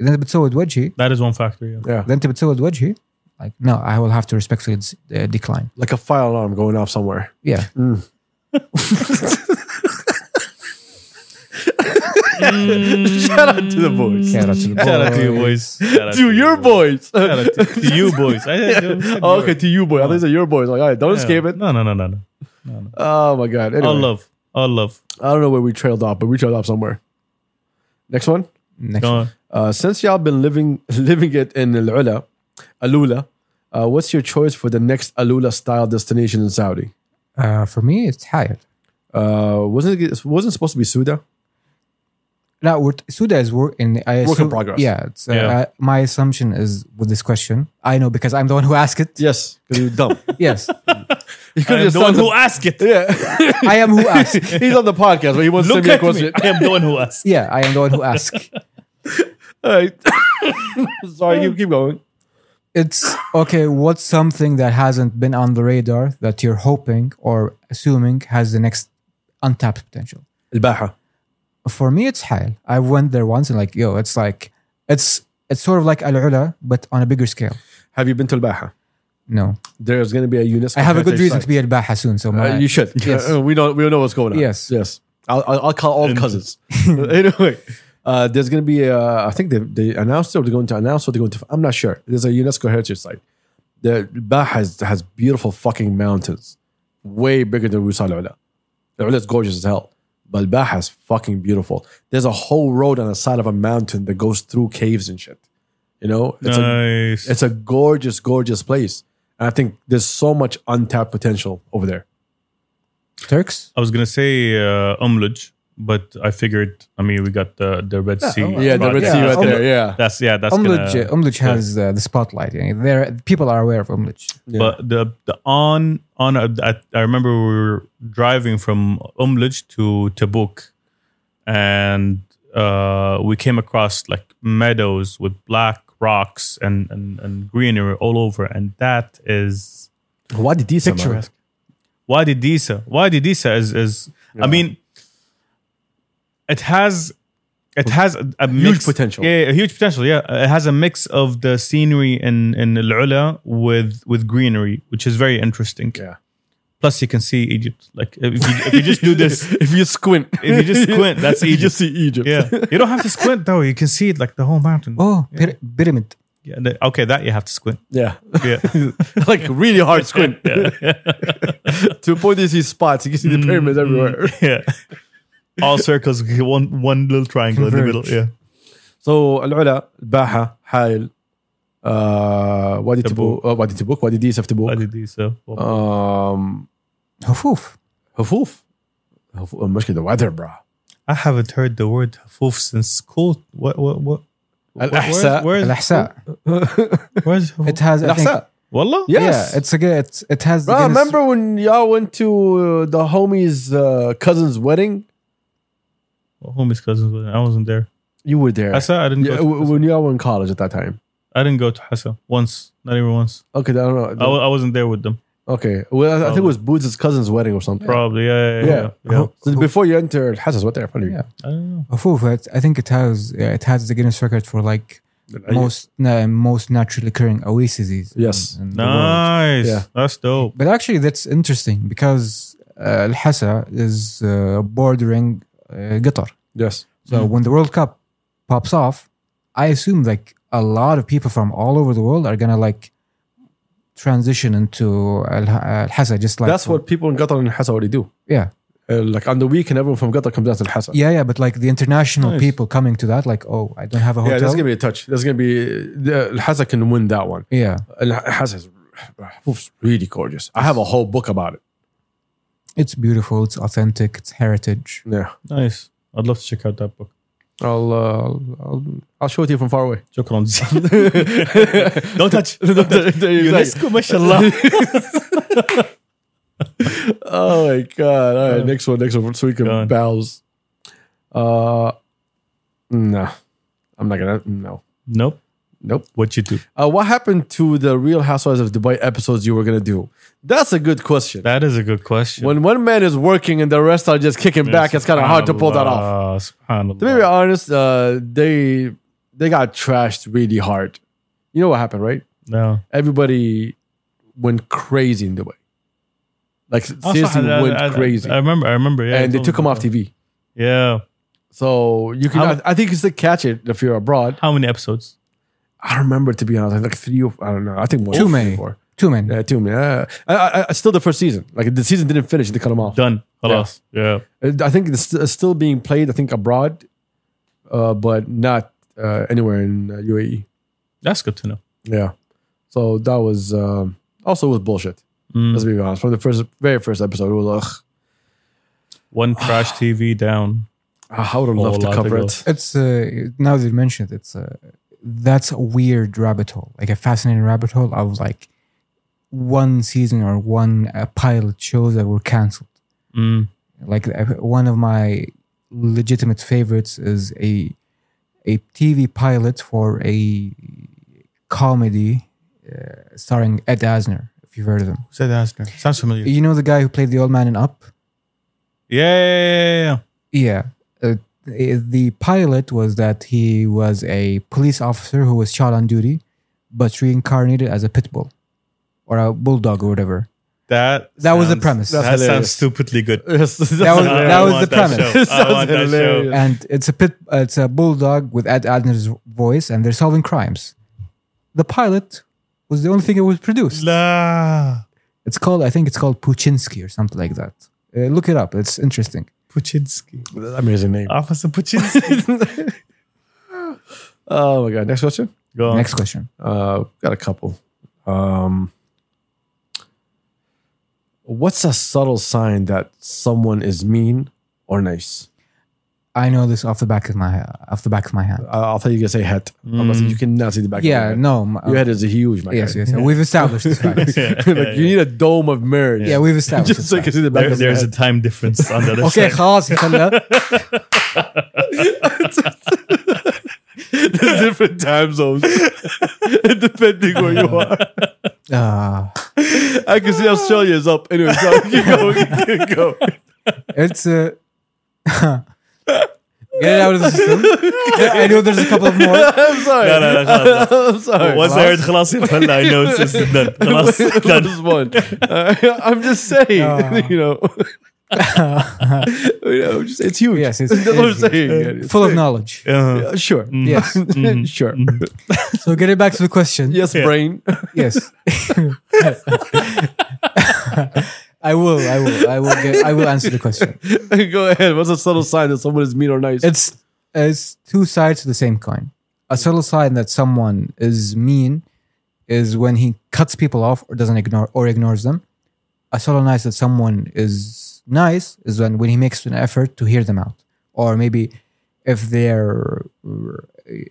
[SPEAKER 1] اذا انت بتسود وجهي
[SPEAKER 2] That is one factor. Yeah.
[SPEAKER 3] yeah.
[SPEAKER 1] اذا انت بتسود وجهي like no I will have to respectfully dis- uh, decline
[SPEAKER 3] Like a fire alarm going off somewhere.
[SPEAKER 1] yeah
[SPEAKER 2] Mm.
[SPEAKER 3] Shout out to the boys.
[SPEAKER 1] Shout out to the
[SPEAKER 2] Mm. Shout out to you
[SPEAKER 1] boys.
[SPEAKER 2] boys. Shout out
[SPEAKER 3] To your
[SPEAKER 2] you
[SPEAKER 3] boys.
[SPEAKER 2] Shout out to, to you boys. I, I- I said
[SPEAKER 3] Oh,
[SPEAKER 2] your.
[SPEAKER 3] okay, to you boys. I think it's your boys. Like, all right, don't
[SPEAKER 2] Yeah.
[SPEAKER 3] escape it.
[SPEAKER 2] No, no, no, no, no.
[SPEAKER 3] Oh my god. Anyway,
[SPEAKER 2] All love. All love.
[SPEAKER 3] I don't know where we trailed off, but we trailed off somewhere. Next one.
[SPEAKER 1] next
[SPEAKER 2] Go
[SPEAKER 1] one.
[SPEAKER 2] on.
[SPEAKER 3] Uh, since y'all been living living it in Al-Ula, Alula, uh, what's your choice for the next Alula style destination in Saudi?
[SPEAKER 1] uh, for me it's higher
[SPEAKER 3] Uh, wasn't it wasn't it supposed to be Suda?
[SPEAKER 1] لا we're- Suda is work in I
[SPEAKER 3] Work in
[SPEAKER 1] assume-
[SPEAKER 3] progress.
[SPEAKER 1] Yeah, it's, uh,
[SPEAKER 2] Yeah.
[SPEAKER 1] uh, my assumption is with this question. I know because I'm the one who asked it.
[SPEAKER 3] Yes, because you're dumb.
[SPEAKER 1] Yes,
[SPEAKER 3] you
[SPEAKER 2] I
[SPEAKER 3] could
[SPEAKER 2] am
[SPEAKER 3] just
[SPEAKER 2] the one
[SPEAKER 3] done
[SPEAKER 2] who
[SPEAKER 3] the,
[SPEAKER 2] asked it.
[SPEAKER 3] yeah.
[SPEAKER 1] I am who asked.
[SPEAKER 3] He's on the podcast, but he wants to send
[SPEAKER 2] Look
[SPEAKER 3] me a
[SPEAKER 2] at me.
[SPEAKER 3] question.
[SPEAKER 2] I am the one who asked.
[SPEAKER 1] Yeah, I am the one who asked.
[SPEAKER 3] All right. Sorry, keep, keep going.
[SPEAKER 1] it's okay. What's something that hasn't been on the radar that you're hoping or assuming has the next untapped potential?
[SPEAKER 3] Al-Baha.
[SPEAKER 1] For me, it's Hayal. I went there once and like, yo, it's like it's it's sort of like Al Ula, but on a bigger scale.
[SPEAKER 3] Have you been to Al-Baha?
[SPEAKER 1] No,
[SPEAKER 3] There's going to be a UNESCO.
[SPEAKER 1] I have a good
[SPEAKER 3] heritage
[SPEAKER 1] reason
[SPEAKER 3] site.
[SPEAKER 1] to be at Baha soon. So
[SPEAKER 3] Uh,
[SPEAKER 1] my,
[SPEAKER 3] you should.
[SPEAKER 1] Yes.
[SPEAKER 3] Uh, we don't. We don't know what's going on.
[SPEAKER 1] Yes.
[SPEAKER 3] Yes. I'll, I'll I'll call all cousins. anyway, uh, there's going to be. Uh, I think they, they announced it. Or they're going to announce it. They're going to. I'm not sure. There's a UNESCO heritage site. The Bah has has beautiful fucking mountains, way bigger than Wusal Ula. Ula is gorgeous as hell, but Bah is fucking beautiful. There's a whole road on the side of a mountain that goes through caves and shit. You know, it's
[SPEAKER 2] Uh,
[SPEAKER 3] a
[SPEAKER 2] Nice.
[SPEAKER 3] it's a gorgeous, gorgeous place. And I think there's so much untapped potential over there.
[SPEAKER 1] Turks.
[SPEAKER 2] I was gonna say uh, Umluj, but I figured. I mean, we got the the Red Sea.
[SPEAKER 1] oh,
[SPEAKER 3] Yeah, the
[SPEAKER 2] project.
[SPEAKER 3] Red Sea
[SPEAKER 1] yeah.
[SPEAKER 3] right there. Yeah.
[SPEAKER 2] That's yeah. That's
[SPEAKER 1] Umluj,
[SPEAKER 2] gonna-
[SPEAKER 1] Umluj has uh, the spotlight. You know, there, people are aware of Umluj.
[SPEAKER 3] Yeah.
[SPEAKER 2] But the the on on uh, I, I remember we were driving from Umluj to Tabuk, and uh, we came across like meadows with black rocks and, and, and greenery all over, and that is
[SPEAKER 3] Why did these
[SPEAKER 2] picturesque. Wadi Disa, Wadi Disa is is I mean, it has it has a, a
[SPEAKER 3] Huge
[SPEAKER 2] mix-
[SPEAKER 3] potential.
[SPEAKER 2] Yeah, a huge potential. Yeah, it has a mix of the scenery in in Al Ula with with greenery, which is very interesting.
[SPEAKER 3] Yeah.
[SPEAKER 2] Plus, you can see Egypt. Like if you, if you just do this,
[SPEAKER 3] if you squint,
[SPEAKER 2] If you just squint, that's
[SPEAKER 3] you just
[SPEAKER 2] Egypt.
[SPEAKER 3] see Egypt.
[SPEAKER 2] yeah, you don't have to squint though. You can see it like the whole mountain.
[SPEAKER 1] Oh, pyra- pyramid.
[SPEAKER 2] yeah. the- okay, that you have to squint.
[SPEAKER 3] yeah,
[SPEAKER 2] Yeah,
[SPEAKER 3] like really hard squint. to point these spots, you can see the pyramids everywhere.
[SPEAKER 2] yeah. All circles, one one little triangle in the
[SPEAKER 1] Converge.
[SPEAKER 2] middle. Yeah.
[SPEAKER 3] So Al-Ula, Baha, Hail, uh, Wadi Tabuk,
[SPEAKER 2] Tabuk.
[SPEAKER 3] uh, Wadi Tabuk, Wadi Disaf
[SPEAKER 2] Wadi
[SPEAKER 3] Tabuk,
[SPEAKER 2] Disa. Well,
[SPEAKER 3] um,
[SPEAKER 1] Hufuf.
[SPEAKER 3] Hufuf. Hufuf- uh, المشكلة the weather, bro.
[SPEAKER 2] I haven't heard the word hafuf since school. What what what?
[SPEAKER 3] Al-Ahsa.
[SPEAKER 2] Where's where's,
[SPEAKER 1] Al-Ahsa.
[SPEAKER 2] where's
[SPEAKER 1] It has. I think,
[SPEAKER 3] Oh. Al-Ahsa.
[SPEAKER 2] Wallah?
[SPEAKER 3] Yes.
[SPEAKER 1] Yeah, it's a good. It's, it has. the
[SPEAKER 3] Bro,
[SPEAKER 1] Guinness-
[SPEAKER 3] remember when y'all went to uh, the homie's uh, cousin's wedding?
[SPEAKER 2] Well, homie's cousins. wasn't- I wasn't there.
[SPEAKER 3] You were there.
[SPEAKER 2] Hassa, I didn't go.
[SPEAKER 3] Yeah,
[SPEAKER 2] To
[SPEAKER 3] w-
[SPEAKER 2] Hassa.
[SPEAKER 3] when y'all were in college at that time.
[SPEAKER 2] I didn't go to Hassa once. Not even once.
[SPEAKER 3] Okay, I don't know.
[SPEAKER 2] I w- I wasn't there with them.
[SPEAKER 3] Okay. Well, I- I think it was Boots' cousin's wedding or something.
[SPEAKER 2] Probably. Yeah. Yeah.
[SPEAKER 3] Yeah.
[SPEAKER 2] yeah,
[SPEAKER 3] Oh,
[SPEAKER 2] yeah.
[SPEAKER 3] So before you enter Hazard's what there, probably.
[SPEAKER 1] Yeah.
[SPEAKER 2] I don't know.
[SPEAKER 1] Hufuf, it, I think it has yeah, it has the Guinness record for like most na most naturally occurring oases.
[SPEAKER 3] Yes. Ah,
[SPEAKER 1] in the world.
[SPEAKER 2] Nice.
[SPEAKER 3] Yeah.
[SPEAKER 2] That's dope.
[SPEAKER 1] But actually, that's interesting because uh, Al Hassa is uh, bordering uh, Qatar.
[SPEAKER 3] Yes.
[SPEAKER 1] So when the World Cup pops off, I assume like a lot of people from all over the world are gonna like transition into Al Hassa. Just like
[SPEAKER 3] That's what people in Qatar and Hassa already do.
[SPEAKER 1] yeah,
[SPEAKER 3] Uh, like on the weekend, everyone from Qatar comes down to Hassa.
[SPEAKER 1] yeah, yeah. But like the international
[SPEAKER 2] Nice.
[SPEAKER 1] people coming to that, like, oh, I don't have a hotel.
[SPEAKER 3] Yeah, that's gonna be a touch. That's gonna be uh, Hassa can win that one.
[SPEAKER 1] yeah.
[SPEAKER 3] And Hassa is it's really gorgeous. I have a whole book about it.
[SPEAKER 1] It's beautiful. It's authentic. It's heritage.
[SPEAKER 3] Yeah,
[SPEAKER 2] Nice. I'd love to check out that book.
[SPEAKER 3] I'll uh, I'll, I'll show it to you from far away.
[SPEAKER 2] شكراً. Don't touch. Don't touch. UNESCO, mashallah.
[SPEAKER 3] oh my god! All right,
[SPEAKER 2] Uh,
[SPEAKER 3] next one, next one. So we
[SPEAKER 2] go on.
[SPEAKER 3] can bows. Uh, no, I'm not gonna. No,
[SPEAKER 2] Nope.
[SPEAKER 3] nope.
[SPEAKER 2] What you do?
[SPEAKER 3] Uh, what happened to the Real Housewives of Dubai episodes you were gonna do? That's a good question.
[SPEAKER 2] That is a good question.
[SPEAKER 3] when one man is working and the rest are just kicking back, it's kind of hard to pull that off.
[SPEAKER 2] off.
[SPEAKER 3] To be very honest, uh, they they got trashed really hard. You know what happened, right?
[SPEAKER 2] No.
[SPEAKER 3] Everybody went crazy in Dubai. Like seriously,
[SPEAKER 2] I- I-
[SPEAKER 3] went
[SPEAKER 2] I-
[SPEAKER 3] crazy,
[SPEAKER 2] I remember. I remember. Yeah,
[SPEAKER 3] and they took him off TV.
[SPEAKER 2] Yeah.
[SPEAKER 3] So you can,
[SPEAKER 2] How-
[SPEAKER 3] I, I think you still catch it if you're abroad.
[SPEAKER 2] How many episodes?
[SPEAKER 3] I don't remember to be honest, like three or I don't know. I think one,
[SPEAKER 1] Too
[SPEAKER 3] or
[SPEAKER 1] many.
[SPEAKER 3] four.
[SPEAKER 1] Too many.
[SPEAKER 3] Yeah, too many. Yeah. I, I, I still the first season. Like the season didn't finish. They cut them off. Uh,
[SPEAKER 2] Done. Halas. Yeah.
[SPEAKER 3] I think it's st- still being played. I think abroad, uh, but not uh, anywhere in uh, UAE.
[SPEAKER 2] That's good to know.
[SPEAKER 3] Yeah. So that was um, also it was bullshit. Let's be honest. From the first, very first episode, it was
[SPEAKER 2] One trash TV down.
[SPEAKER 3] ugh. I would have
[SPEAKER 2] Oh,
[SPEAKER 3] loved
[SPEAKER 2] a
[SPEAKER 3] to
[SPEAKER 2] lot
[SPEAKER 3] cover
[SPEAKER 2] to go.
[SPEAKER 3] it.
[SPEAKER 1] It's uh, now that you mentioned it, it's uh, that's a weird rabbit hole, like a fascinating rabbit hole of like one season or one uh, pilot shows that were canceled.
[SPEAKER 2] Mm.
[SPEAKER 1] Like uh, one of my legitimate favorites is a a TV pilot for a comedy uh, starring Ed Asner. If you've heard of him,
[SPEAKER 2] Said Asner. Sounds familiar. Yeah.
[SPEAKER 1] you know the guy who played the old man in Up.
[SPEAKER 2] yeah, yeah, yeah.
[SPEAKER 1] Yeah. Uh, the pilot was that he was a police officer who was shot on duty, but reincarnated as a pit bull or a bulldog or whatever.
[SPEAKER 2] That
[SPEAKER 1] That was the
[SPEAKER 2] sounds-
[SPEAKER 1] premise.
[SPEAKER 2] That
[SPEAKER 3] That's hilarious.
[SPEAKER 2] sounds stupidly good.
[SPEAKER 3] Yes, that was,
[SPEAKER 1] was-
[SPEAKER 2] I
[SPEAKER 1] that was
[SPEAKER 2] want
[SPEAKER 1] the premise.
[SPEAKER 2] show. I
[SPEAKER 3] Sounds
[SPEAKER 2] want that show.
[SPEAKER 3] hilarious.
[SPEAKER 1] And it's a pit, uh, it's a bulldog with Ed Adner's voice, and they're solving crimes. The pilot was the only thing it was produced.
[SPEAKER 2] La
[SPEAKER 1] It's called, I think it's called Puchinsky or something like that. Uh, look it up. It's interesting.
[SPEAKER 2] Puchinsky.
[SPEAKER 3] amazing name.
[SPEAKER 2] Officer Puchinsky.
[SPEAKER 3] oh my god! Next question.
[SPEAKER 2] Go on.
[SPEAKER 1] Next question.
[SPEAKER 3] Uh, got a couple. Um, what's a subtle sign that someone is mean or nice?
[SPEAKER 1] I know this off the back of my off the back of my hand.
[SPEAKER 3] I- I'll tell you, guys say het. I'm not saying- Uh, You cannot see the back.
[SPEAKER 1] Mm. Yeah,
[SPEAKER 3] of your head.
[SPEAKER 1] no. my-
[SPEAKER 3] your head is huge. My
[SPEAKER 1] yes,
[SPEAKER 3] guy.
[SPEAKER 1] yes. We've established this fact.
[SPEAKER 2] Yeah,
[SPEAKER 3] like
[SPEAKER 2] yeah,
[SPEAKER 3] you
[SPEAKER 2] yeah.
[SPEAKER 3] need a dome of mirrors.
[SPEAKER 1] Yeah, we've established.
[SPEAKER 3] just so you
[SPEAKER 1] this
[SPEAKER 3] can see the back
[SPEAKER 2] There-
[SPEAKER 3] of your
[SPEAKER 2] there's a
[SPEAKER 3] head.
[SPEAKER 2] time difference on the other
[SPEAKER 1] Okay,
[SPEAKER 2] side.
[SPEAKER 1] خلاص خلنا
[SPEAKER 3] there's different time zones depending where you are.
[SPEAKER 1] uh,
[SPEAKER 3] I can see Australia is up. Anyway, so keep going, keep going.
[SPEAKER 1] it's uh, get it out of the system I know there's a couple of more
[SPEAKER 3] I'm sorry.
[SPEAKER 2] No, no, no, no,
[SPEAKER 3] I'm sorry.
[SPEAKER 2] Once I heard خلاص يتفلى, I know it's, it's done. خلاص,
[SPEAKER 3] That
[SPEAKER 2] done.
[SPEAKER 3] was one. Uh, I'm just saying,
[SPEAKER 1] Uh.
[SPEAKER 3] you know. you know, just- it's huge.
[SPEAKER 1] Yes, it's-
[SPEAKER 3] That's what I'm
[SPEAKER 1] it's huge. Uh,
[SPEAKER 3] saying. Yeah, it's
[SPEAKER 1] full of
[SPEAKER 3] big.
[SPEAKER 1] knowledge
[SPEAKER 2] Uh-huh.
[SPEAKER 3] Yeah, sure.
[SPEAKER 1] yes
[SPEAKER 3] Sure.
[SPEAKER 1] so get it back to the question
[SPEAKER 3] Yes,
[SPEAKER 2] Yeah.
[SPEAKER 3] brain.
[SPEAKER 1] yes I will I will I will get I will answer the question
[SPEAKER 3] Go ahead. What's a subtle sign that someone is mean or nice?
[SPEAKER 1] it's it's two sides to the same coin a subtle sign that someone is mean is when he cuts people off or doesn't ignore or ignores them a subtle nice that someone is nice is when when he makes an effort to hear them out or maybe if they're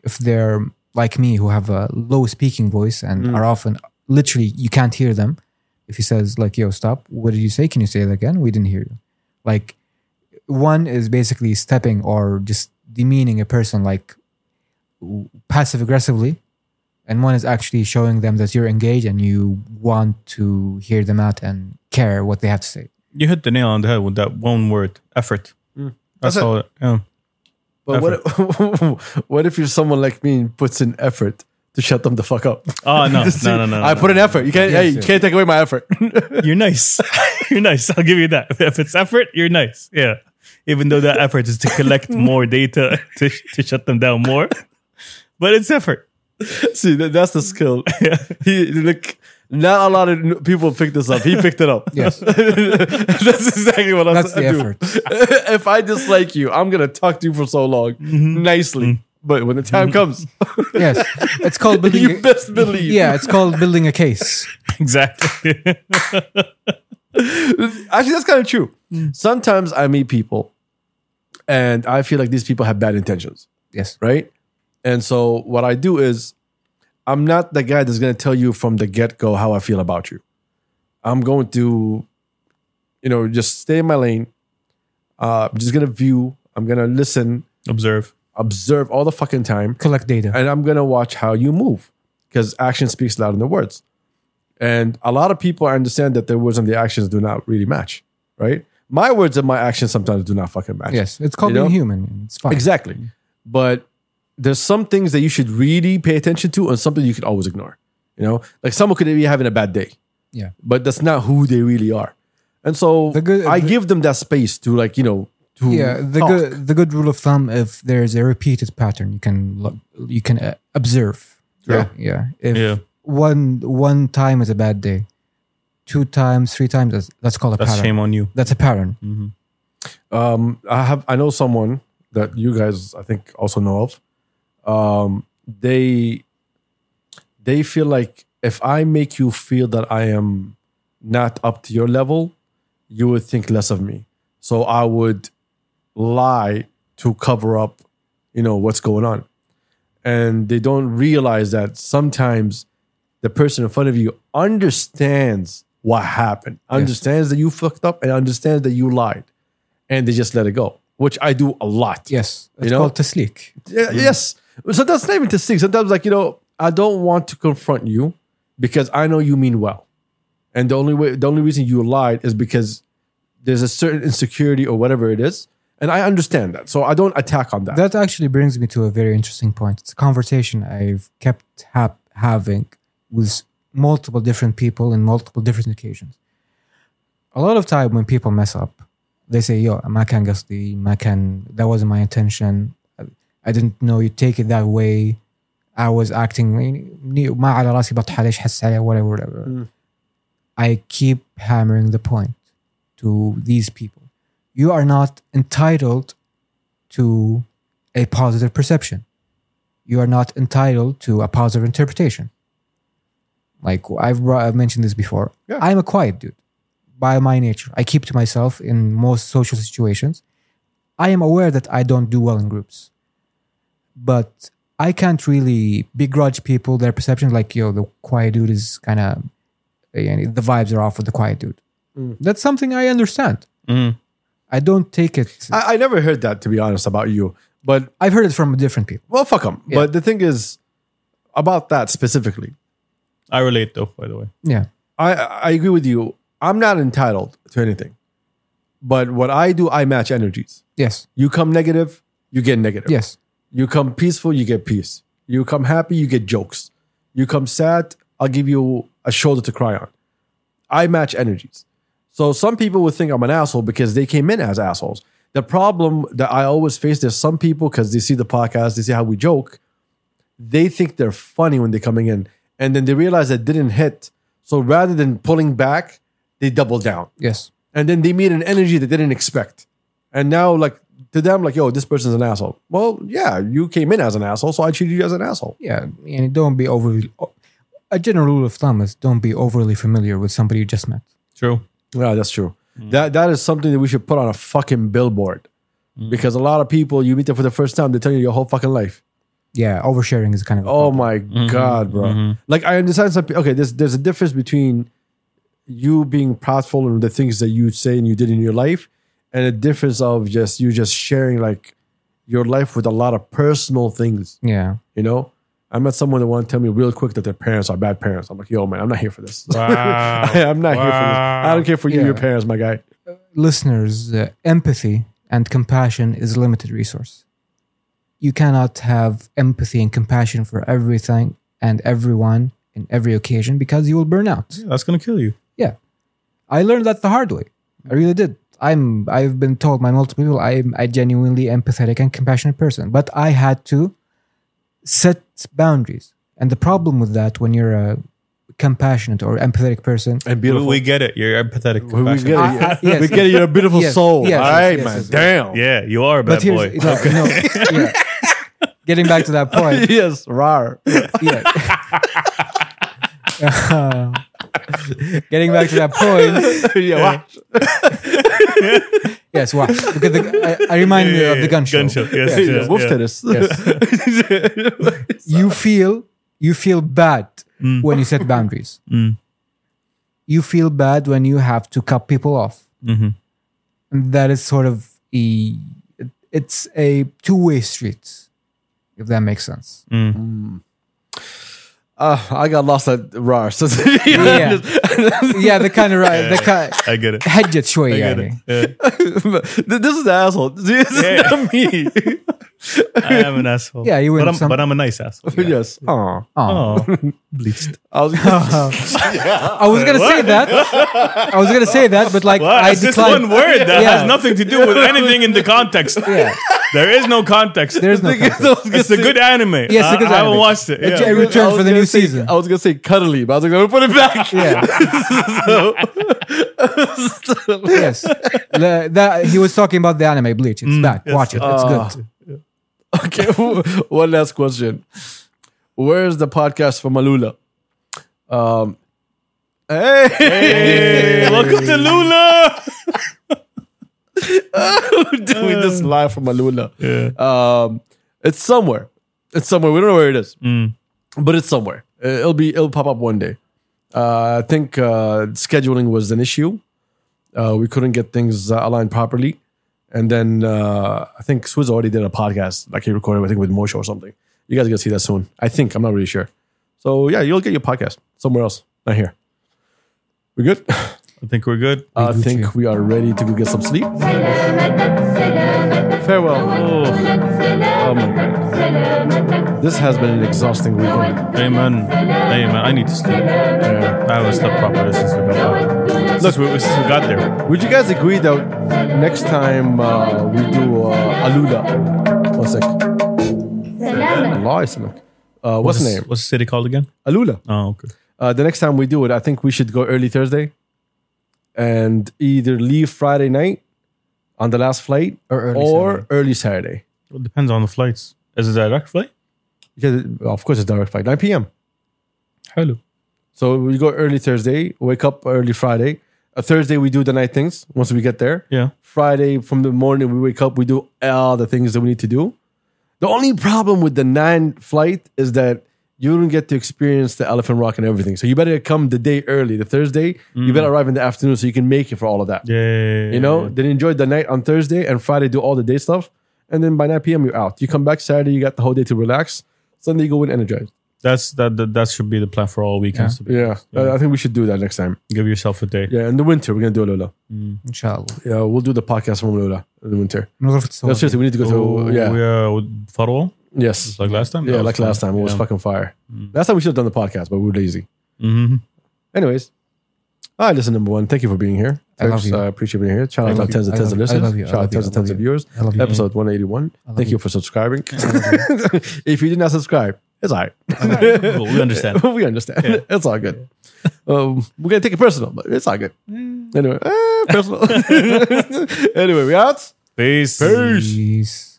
[SPEAKER 1] if they're like me who have a low speaking voice and are often literally you can't hear them if he says like yo stop what did you say can you say it again we didn't hear you like one is basically stepping or just demeaning a person like passive aggressively and one is actually showing them that you're engaged and you want to hear them out and care what they have to say
[SPEAKER 2] You hit the nail on the head with that one word, effort. That's,
[SPEAKER 3] That's it.
[SPEAKER 2] all. Yeah.
[SPEAKER 3] But what, what if you're someone like me and puts in effort to shut them the fuck up.
[SPEAKER 2] Oh no, no, no, no.
[SPEAKER 3] I
[SPEAKER 2] no,
[SPEAKER 3] put an effort. You can't.
[SPEAKER 1] Yes,
[SPEAKER 3] hey, you
[SPEAKER 1] yes.
[SPEAKER 3] can't take away my effort.
[SPEAKER 2] no. You're nice. you're nice. I'll give you that. If it's effort, you're nice. Yeah. Even though that effort is to collect more data to, to shut them down more, but it's effort.
[SPEAKER 3] See, that, that's the skill. He look. Not a lot of n- people picked this up. He picked it up.
[SPEAKER 1] Yes.
[SPEAKER 3] that's exactly what I'm.
[SPEAKER 1] That's the effort. Mm-hmm.
[SPEAKER 3] if I dislike you, I'm gonna talk to you for so long, nicely. But when the time comes,
[SPEAKER 1] Yes. It's called
[SPEAKER 3] you
[SPEAKER 1] building. A,
[SPEAKER 3] best believe.
[SPEAKER 1] yeah, it's called building a case.
[SPEAKER 2] Exactly.
[SPEAKER 3] Actually, that's kind of true.
[SPEAKER 1] Mm.
[SPEAKER 3] Sometimes I meet people, and I feel like these people have bad intentions,
[SPEAKER 1] Yes.
[SPEAKER 3] right? And so what I do is, I'm not the guy that's gonna tell you from the get go how I feel about you. I'm going to, you know, just stay in my lane. Uh, I'm just gonna view. I'm gonna listen,
[SPEAKER 2] Observe.
[SPEAKER 3] observe all the fucking time.
[SPEAKER 1] Collect data.
[SPEAKER 3] and I'm gonna watch how you move because action speaks louder than the words. And a lot of people understand that their words and the actions do not really match, right? My words and my actions sometimes do not fucking match.
[SPEAKER 1] Yes. It's called
[SPEAKER 3] You know?
[SPEAKER 1] being human. It's fine.
[SPEAKER 3] exactly. But there's some things that you should really pay attention to, and something you can always ignore. You know, like someone could be having a bad day,
[SPEAKER 1] Yeah.
[SPEAKER 3] but that's not who they really are. And so
[SPEAKER 1] The good-
[SPEAKER 3] I
[SPEAKER 1] the-
[SPEAKER 3] give them that space to, like, you know, to
[SPEAKER 1] Yeah, the
[SPEAKER 3] talk.
[SPEAKER 1] good the good rule of thumb if there's a repeated pattern you can lo- you can uh, observe.
[SPEAKER 3] Yeah.
[SPEAKER 1] yeah. If
[SPEAKER 2] Yeah.
[SPEAKER 1] one one time is a bad day, two times, three times that's, that's called a
[SPEAKER 2] That's
[SPEAKER 1] pattern.
[SPEAKER 2] shame Mm. on you.
[SPEAKER 1] That's a pattern.
[SPEAKER 3] um, I have I know someone that you guys I think also know of. Um, they they feel like if I make you feel that I am not up to your level, you would think less of me. So I would lie to cover up, you know, what's going on. And they don't realize that sometimes the person in front of you understands what happened, understands that you fucked up and understands that you lied. And they just let it go, which I do a lot.
[SPEAKER 1] Yes. It's
[SPEAKER 3] You know?
[SPEAKER 1] called tasleek.
[SPEAKER 3] Yeah, Yes. So that's not even to sing. Sometimes, like, you know, I don't want to confront you because I know you mean well. And the only way, the only reason you lied is because there's a certain insecurity or whatever it is. And I understand that. So I don't attack on that.
[SPEAKER 1] That actually brings me to a very interesting point. It's a conversation I've kept hap- having with multiple different people in multiple different occasions. A lot of time when people mess up, they say, "Yo, ما كان قصدي, ما كان that wasn't my intention. I didn't know you take it that way. I was acting ما على راسي بطحة ليش حس عليها whatever whatever."
[SPEAKER 3] Mm.
[SPEAKER 1] I keep hammering the point to these people. You are not entitled to a positive perception. You are not entitled to a positive interpretation. Like I've, brought, I've mentioned this before.
[SPEAKER 3] Yeah.
[SPEAKER 1] I'm a quiet dude by my nature. I keep to myself in most social situations. I am aware that I don't do well in groups, but I can't really begrudge people their perception. Like, yo, the quiet dude is kind of, the vibes are off with the quiet dude. That's something I understand. I don't take it.
[SPEAKER 3] I, I never heard that, to be honest, about you. But,
[SPEAKER 1] I've heard it from different people.
[SPEAKER 3] well, fuck them.
[SPEAKER 1] Yeah.
[SPEAKER 3] But the thing is, about that specifically,
[SPEAKER 2] I relate though, by the way.
[SPEAKER 1] Yeah.
[SPEAKER 3] I, I agree with you. I'm not entitled to anything. But what I do, I match energies.
[SPEAKER 1] Yes.
[SPEAKER 3] You come negative, you get negative.
[SPEAKER 1] Yes.
[SPEAKER 3] You come peaceful, you get peace. You come happy, you get jokes. You come sad, I'll give you a shoulder to cry on. I match energies. So some people would think I'm an asshole because they came in as assholes. The problem that I always face there's some people because they see the podcast, they see how we joke, they think they're funny when they're coming in, and then they realize it didn't hit. So rather than pulling back, they double down
[SPEAKER 1] Yes.
[SPEAKER 3] and then they meet an energy they didn't expect. And now, like to them, like, yo, this person's an asshole. Well, yeah, you came in as an asshole, so I treated you as an asshole.
[SPEAKER 1] Yeah. And don't be overly. A general rule of thumb is don't be overly familiar with somebody you just met.
[SPEAKER 2] True.
[SPEAKER 3] Yeah, that's true. Mm. That that is something that we should put on a fucking billboard. Because a lot of people you meet them for the first time, they tell you your whole fucking life.
[SPEAKER 1] Yeah. Oversharing is kind of. a
[SPEAKER 3] Oh
[SPEAKER 1] problem.
[SPEAKER 3] my god, bro! Like I understand some. pe- Okay, there's there's a difference between you being proudful and the things that you say and you did in your life, and a difference of just you just sharing like your life with a lot of personal things.
[SPEAKER 1] Yeah.
[SPEAKER 3] You know, I met someone that wanted to tell me real quick that their parents are bad parents. I'm like, yo, man, I'm not here for this.
[SPEAKER 2] Wow.
[SPEAKER 3] I'm not here for this. I don't care for you,
[SPEAKER 1] Yeah.
[SPEAKER 3] your parents, my guy.
[SPEAKER 1] Listeners, uh, empathy and compassion is a limited resource. You cannot have empathy and compassion for everything and everyone in every occasion because you will burn out.
[SPEAKER 2] That's gonna kill you.
[SPEAKER 1] I learned that the hard way. I really did. I'm I've been told by multiple people I'm a genuinely empathetic and compassionate person, but I had to set boundaries. And the problem with that when you're a compassionate or empathetic person
[SPEAKER 3] And
[SPEAKER 2] We,
[SPEAKER 3] beautiful.
[SPEAKER 2] we get it. You're empathetic.
[SPEAKER 3] We- we get it.
[SPEAKER 1] I- I- yes.
[SPEAKER 3] we get it. You're a beautiful
[SPEAKER 1] Yes,
[SPEAKER 3] soul.
[SPEAKER 1] yes,
[SPEAKER 3] All right,
[SPEAKER 1] yes,
[SPEAKER 3] man.
[SPEAKER 1] yes, yes.
[SPEAKER 3] Damn.
[SPEAKER 2] Yeah, you are a bad
[SPEAKER 1] but here's
[SPEAKER 2] boy.
[SPEAKER 1] no, no, yeah. getting back to that point
[SPEAKER 3] yes, rar.
[SPEAKER 1] yeah. Um, getting back to that point
[SPEAKER 3] yeah, wow.
[SPEAKER 1] yes wow because the, I, I remind me
[SPEAKER 2] Yeah,
[SPEAKER 1] of the gun show,
[SPEAKER 2] Yes,
[SPEAKER 1] Yeah.
[SPEAKER 2] yes,
[SPEAKER 3] Yeah, wolf
[SPEAKER 2] yeah.
[SPEAKER 3] tennis.
[SPEAKER 1] you feel you feel bad
[SPEAKER 2] Mm.
[SPEAKER 1] when you set boundaries. You feel bad when you have to cut people off.
[SPEAKER 2] Mhm.
[SPEAKER 1] And that is sort of a it's a two way street, if that makes sense.
[SPEAKER 2] Mm.
[SPEAKER 3] Uh, I got lost at rar. So,
[SPEAKER 1] Yeah. yeah, the kind of right, the kind.
[SPEAKER 2] I get it.
[SPEAKER 1] هجت شوي
[SPEAKER 2] I get it.
[SPEAKER 1] يعني.
[SPEAKER 2] Yeah.
[SPEAKER 3] this is the asshole. This is
[SPEAKER 2] Yeah.
[SPEAKER 3] not me.
[SPEAKER 2] I am an asshole.
[SPEAKER 1] Yeah, you win
[SPEAKER 2] but I'm,
[SPEAKER 1] some-
[SPEAKER 2] but I'm a nice asshole.
[SPEAKER 3] Yes. Aw.
[SPEAKER 1] Oh.
[SPEAKER 2] Oh, bleached.
[SPEAKER 3] I was
[SPEAKER 1] I was gonna say that. I was gonna say that, but like
[SPEAKER 2] Well,
[SPEAKER 1] I
[SPEAKER 2] it's just one
[SPEAKER 1] declined.
[SPEAKER 2] word that
[SPEAKER 1] Yeah.
[SPEAKER 2] has nothing to do with anything in the context.
[SPEAKER 1] Yeah,
[SPEAKER 2] There is no context.
[SPEAKER 1] there's no.
[SPEAKER 3] I
[SPEAKER 1] context.
[SPEAKER 3] was gonna
[SPEAKER 2] it's a
[SPEAKER 3] say-
[SPEAKER 2] good anime.
[SPEAKER 1] Yes,
[SPEAKER 2] I,
[SPEAKER 1] a good
[SPEAKER 2] I haven't
[SPEAKER 1] anime.
[SPEAKER 2] watched it.
[SPEAKER 1] It's
[SPEAKER 2] Yeah.
[SPEAKER 1] a good- Return
[SPEAKER 3] I was
[SPEAKER 1] for the
[SPEAKER 3] gonna
[SPEAKER 1] new
[SPEAKER 3] say-
[SPEAKER 1] season.
[SPEAKER 3] I was gonna say cuddly, but I was like, "No, put it back.
[SPEAKER 1] Yeah. yes, The- that he was talking about the anime Bleach.
[SPEAKER 2] Mm.
[SPEAKER 1] It's back. Watch it. It's
[SPEAKER 3] Ah.
[SPEAKER 1] good.
[SPEAKER 3] Okay, one last question. Where's the podcast from Alula? Um, hey,
[SPEAKER 2] Hey, welcome to Lula.
[SPEAKER 3] doing this live from Alula.
[SPEAKER 2] Yeah.
[SPEAKER 3] Um, it's somewhere. It's somewhere. We don't know where it is,
[SPEAKER 2] Mm.
[SPEAKER 3] but it's somewhere. Uh, It'll be. It'll pop up one day. Uh, I think uh, scheduling was an issue. Uh, we couldn't get things uh, aligned properly, and then uh, I think Swizz already did a podcast like he recorded. I think with Moshe or something. You guys are gonna see that soon. I think. I'm not really sure. So yeah, you'll get your podcast somewhere else, not here. We good?
[SPEAKER 2] I think we're good.
[SPEAKER 3] I
[SPEAKER 1] Gucci.
[SPEAKER 3] think we are ready to go get some sleep.
[SPEAKER 5] سلامتك سلامتك
[SPEAKER 3] Farewell.
[SPEAKER 5] ولك سلامتك
[SPEAKER 3] Um,
[SPEAKER 5] سلامتك
[SPEAKER 3] this has been an exhausting weekend.
[SPEAKER 2] Amen. Amen. I need to sleep.
[SPEAKER 3] Yeah.
[SPEAKER 2] I haven't slept properly since we got back. Since we, since we got there.
[SPEAKER 3] Would you guys agree that next time uh, we do uh, Alula? One sec.
[SPEAKER 5] سلامتك
[SPEAKER 3] Allah Islamic. Uh, what's
[SPEAKER 2] What's-
[SPEAKER 3] the name?
[SPEAKER 2] What's the city called again?
[SPEAKER 3] Alula.
[SPEAKER 2] Oh, okay.
[SPEAKER 3] Uh, the next time we do it, I think we should go early Thursday and either leave Friday night on the last flight
[SPEAKER 1] Or early Saturday.
[SPEAKER 3] early Saturday.
[SPEAKER 2] Well, depends on the flights. Is it a direct flight?
[SPEAKER 3] Yeah, of course, it's direct flight, 9 p.m.
[SPEAKER 2] Hello.
[SPEAKER 3] So we go early Thursday, wake up early Friday. Uh, Thursday, we do the night things once we get there.
[SPEAKER 2] Yeah.
[SPEAKER 3] Friday from the morning we wake up, we do all the things that we need to do. The only problem with the nine flight is that you don't get to experience the elephant rock and everything. So you better come the day early, the Thursday. You better arrive in the afternoon so you can make it for all of that.
[SPEAKER 2] Mm. Yeah.
[SPEAKER 3] You know, then enjoy the night on Thursday and Friday, do all the day stuff. And then by 9 p.m., you're out. You come back Saturday, you got the whole day to relax. Sunday, you go in energized.
[SPEAKER 2] That's that, that that should be the plan for all weekends to be.
[SPEAKER 3] Yeah, I- I think we should do that next time.
[SPEAKER 2] Give yourself a day.
[SPEAKER 3] Yeah, in the winter, we're going to do Lola.
[SPEAKER 1] Inshallah.
[SPEAKER 3] Yeah, we'll do the podcast from Lola in the winter.
[SPEAKER 1] من غرفة
[SPEAKER 3] No,
[SPEAKER 1] الصور.
[SPEAKER 3] seriously, we need to go
[SPEAKER 2] So
[SPEAKER 3] through. Yeah.
[SPEAKER 2] we are with Farwa,
[SPEAKER 3] Yes.
[SPEAKER 2] Oh, like last time.
[SPEAKER 3] Yeah, Mm. like last time. It was fucking fire. Last time we should have done the podcast, but we were lazy.
[SPEAKER 2] Mm-hmm.
[SPEAKER 3] Anyways. All right, listen, number one, thank you for being here.
[SPEAKER 1] I love
[SPEAKER 3] Thanks,
[SPEAKER 1] you.
[SPEAKER 3] uh, appreciate being here. Shout
[SPEAKER 1] I
[SPEAKER 3] out
[SPEAKER 1] love
[SPEAKER 3] to tens
[SPEAKER 1] you.
[SPEAKER 3] and
[SPEAKER 1] I
[SPEAKER 3] tens of
[SPEAKER 1] love you. I
[SPEAKER 3] listeners.
[SPEAKER 1] love you. I
[SPEAKER 3] Shout out
[SPEAKER 1] love
[SPEAKER 3] to tens
[SPEAKER 1] you.
[SPEAKER 3] and tens
[SPEAKER 1] I
[SPEAKER 3] of
[SPEAKER 1] love you.
[SPEAKER 3] viewers.
[SPEAKER 1] I love you.
[SPEAKER 3] Episode 181. Thank
[SPEAKER 1] you.
[SPEAKER 3] you. for subscribing. if you did not subscribe, it's all right.
[SPEAKER 2] Cool, we understand.
[SPEAKER 3] we understand. It's all good. Um, we're going to take it personal, but it's all good. Anyway, eh, personal. anyway, we out.
[SPEAKER 2] Peace.
[SPEAKER 3] Peace.
[SPEAKER 1] Peace.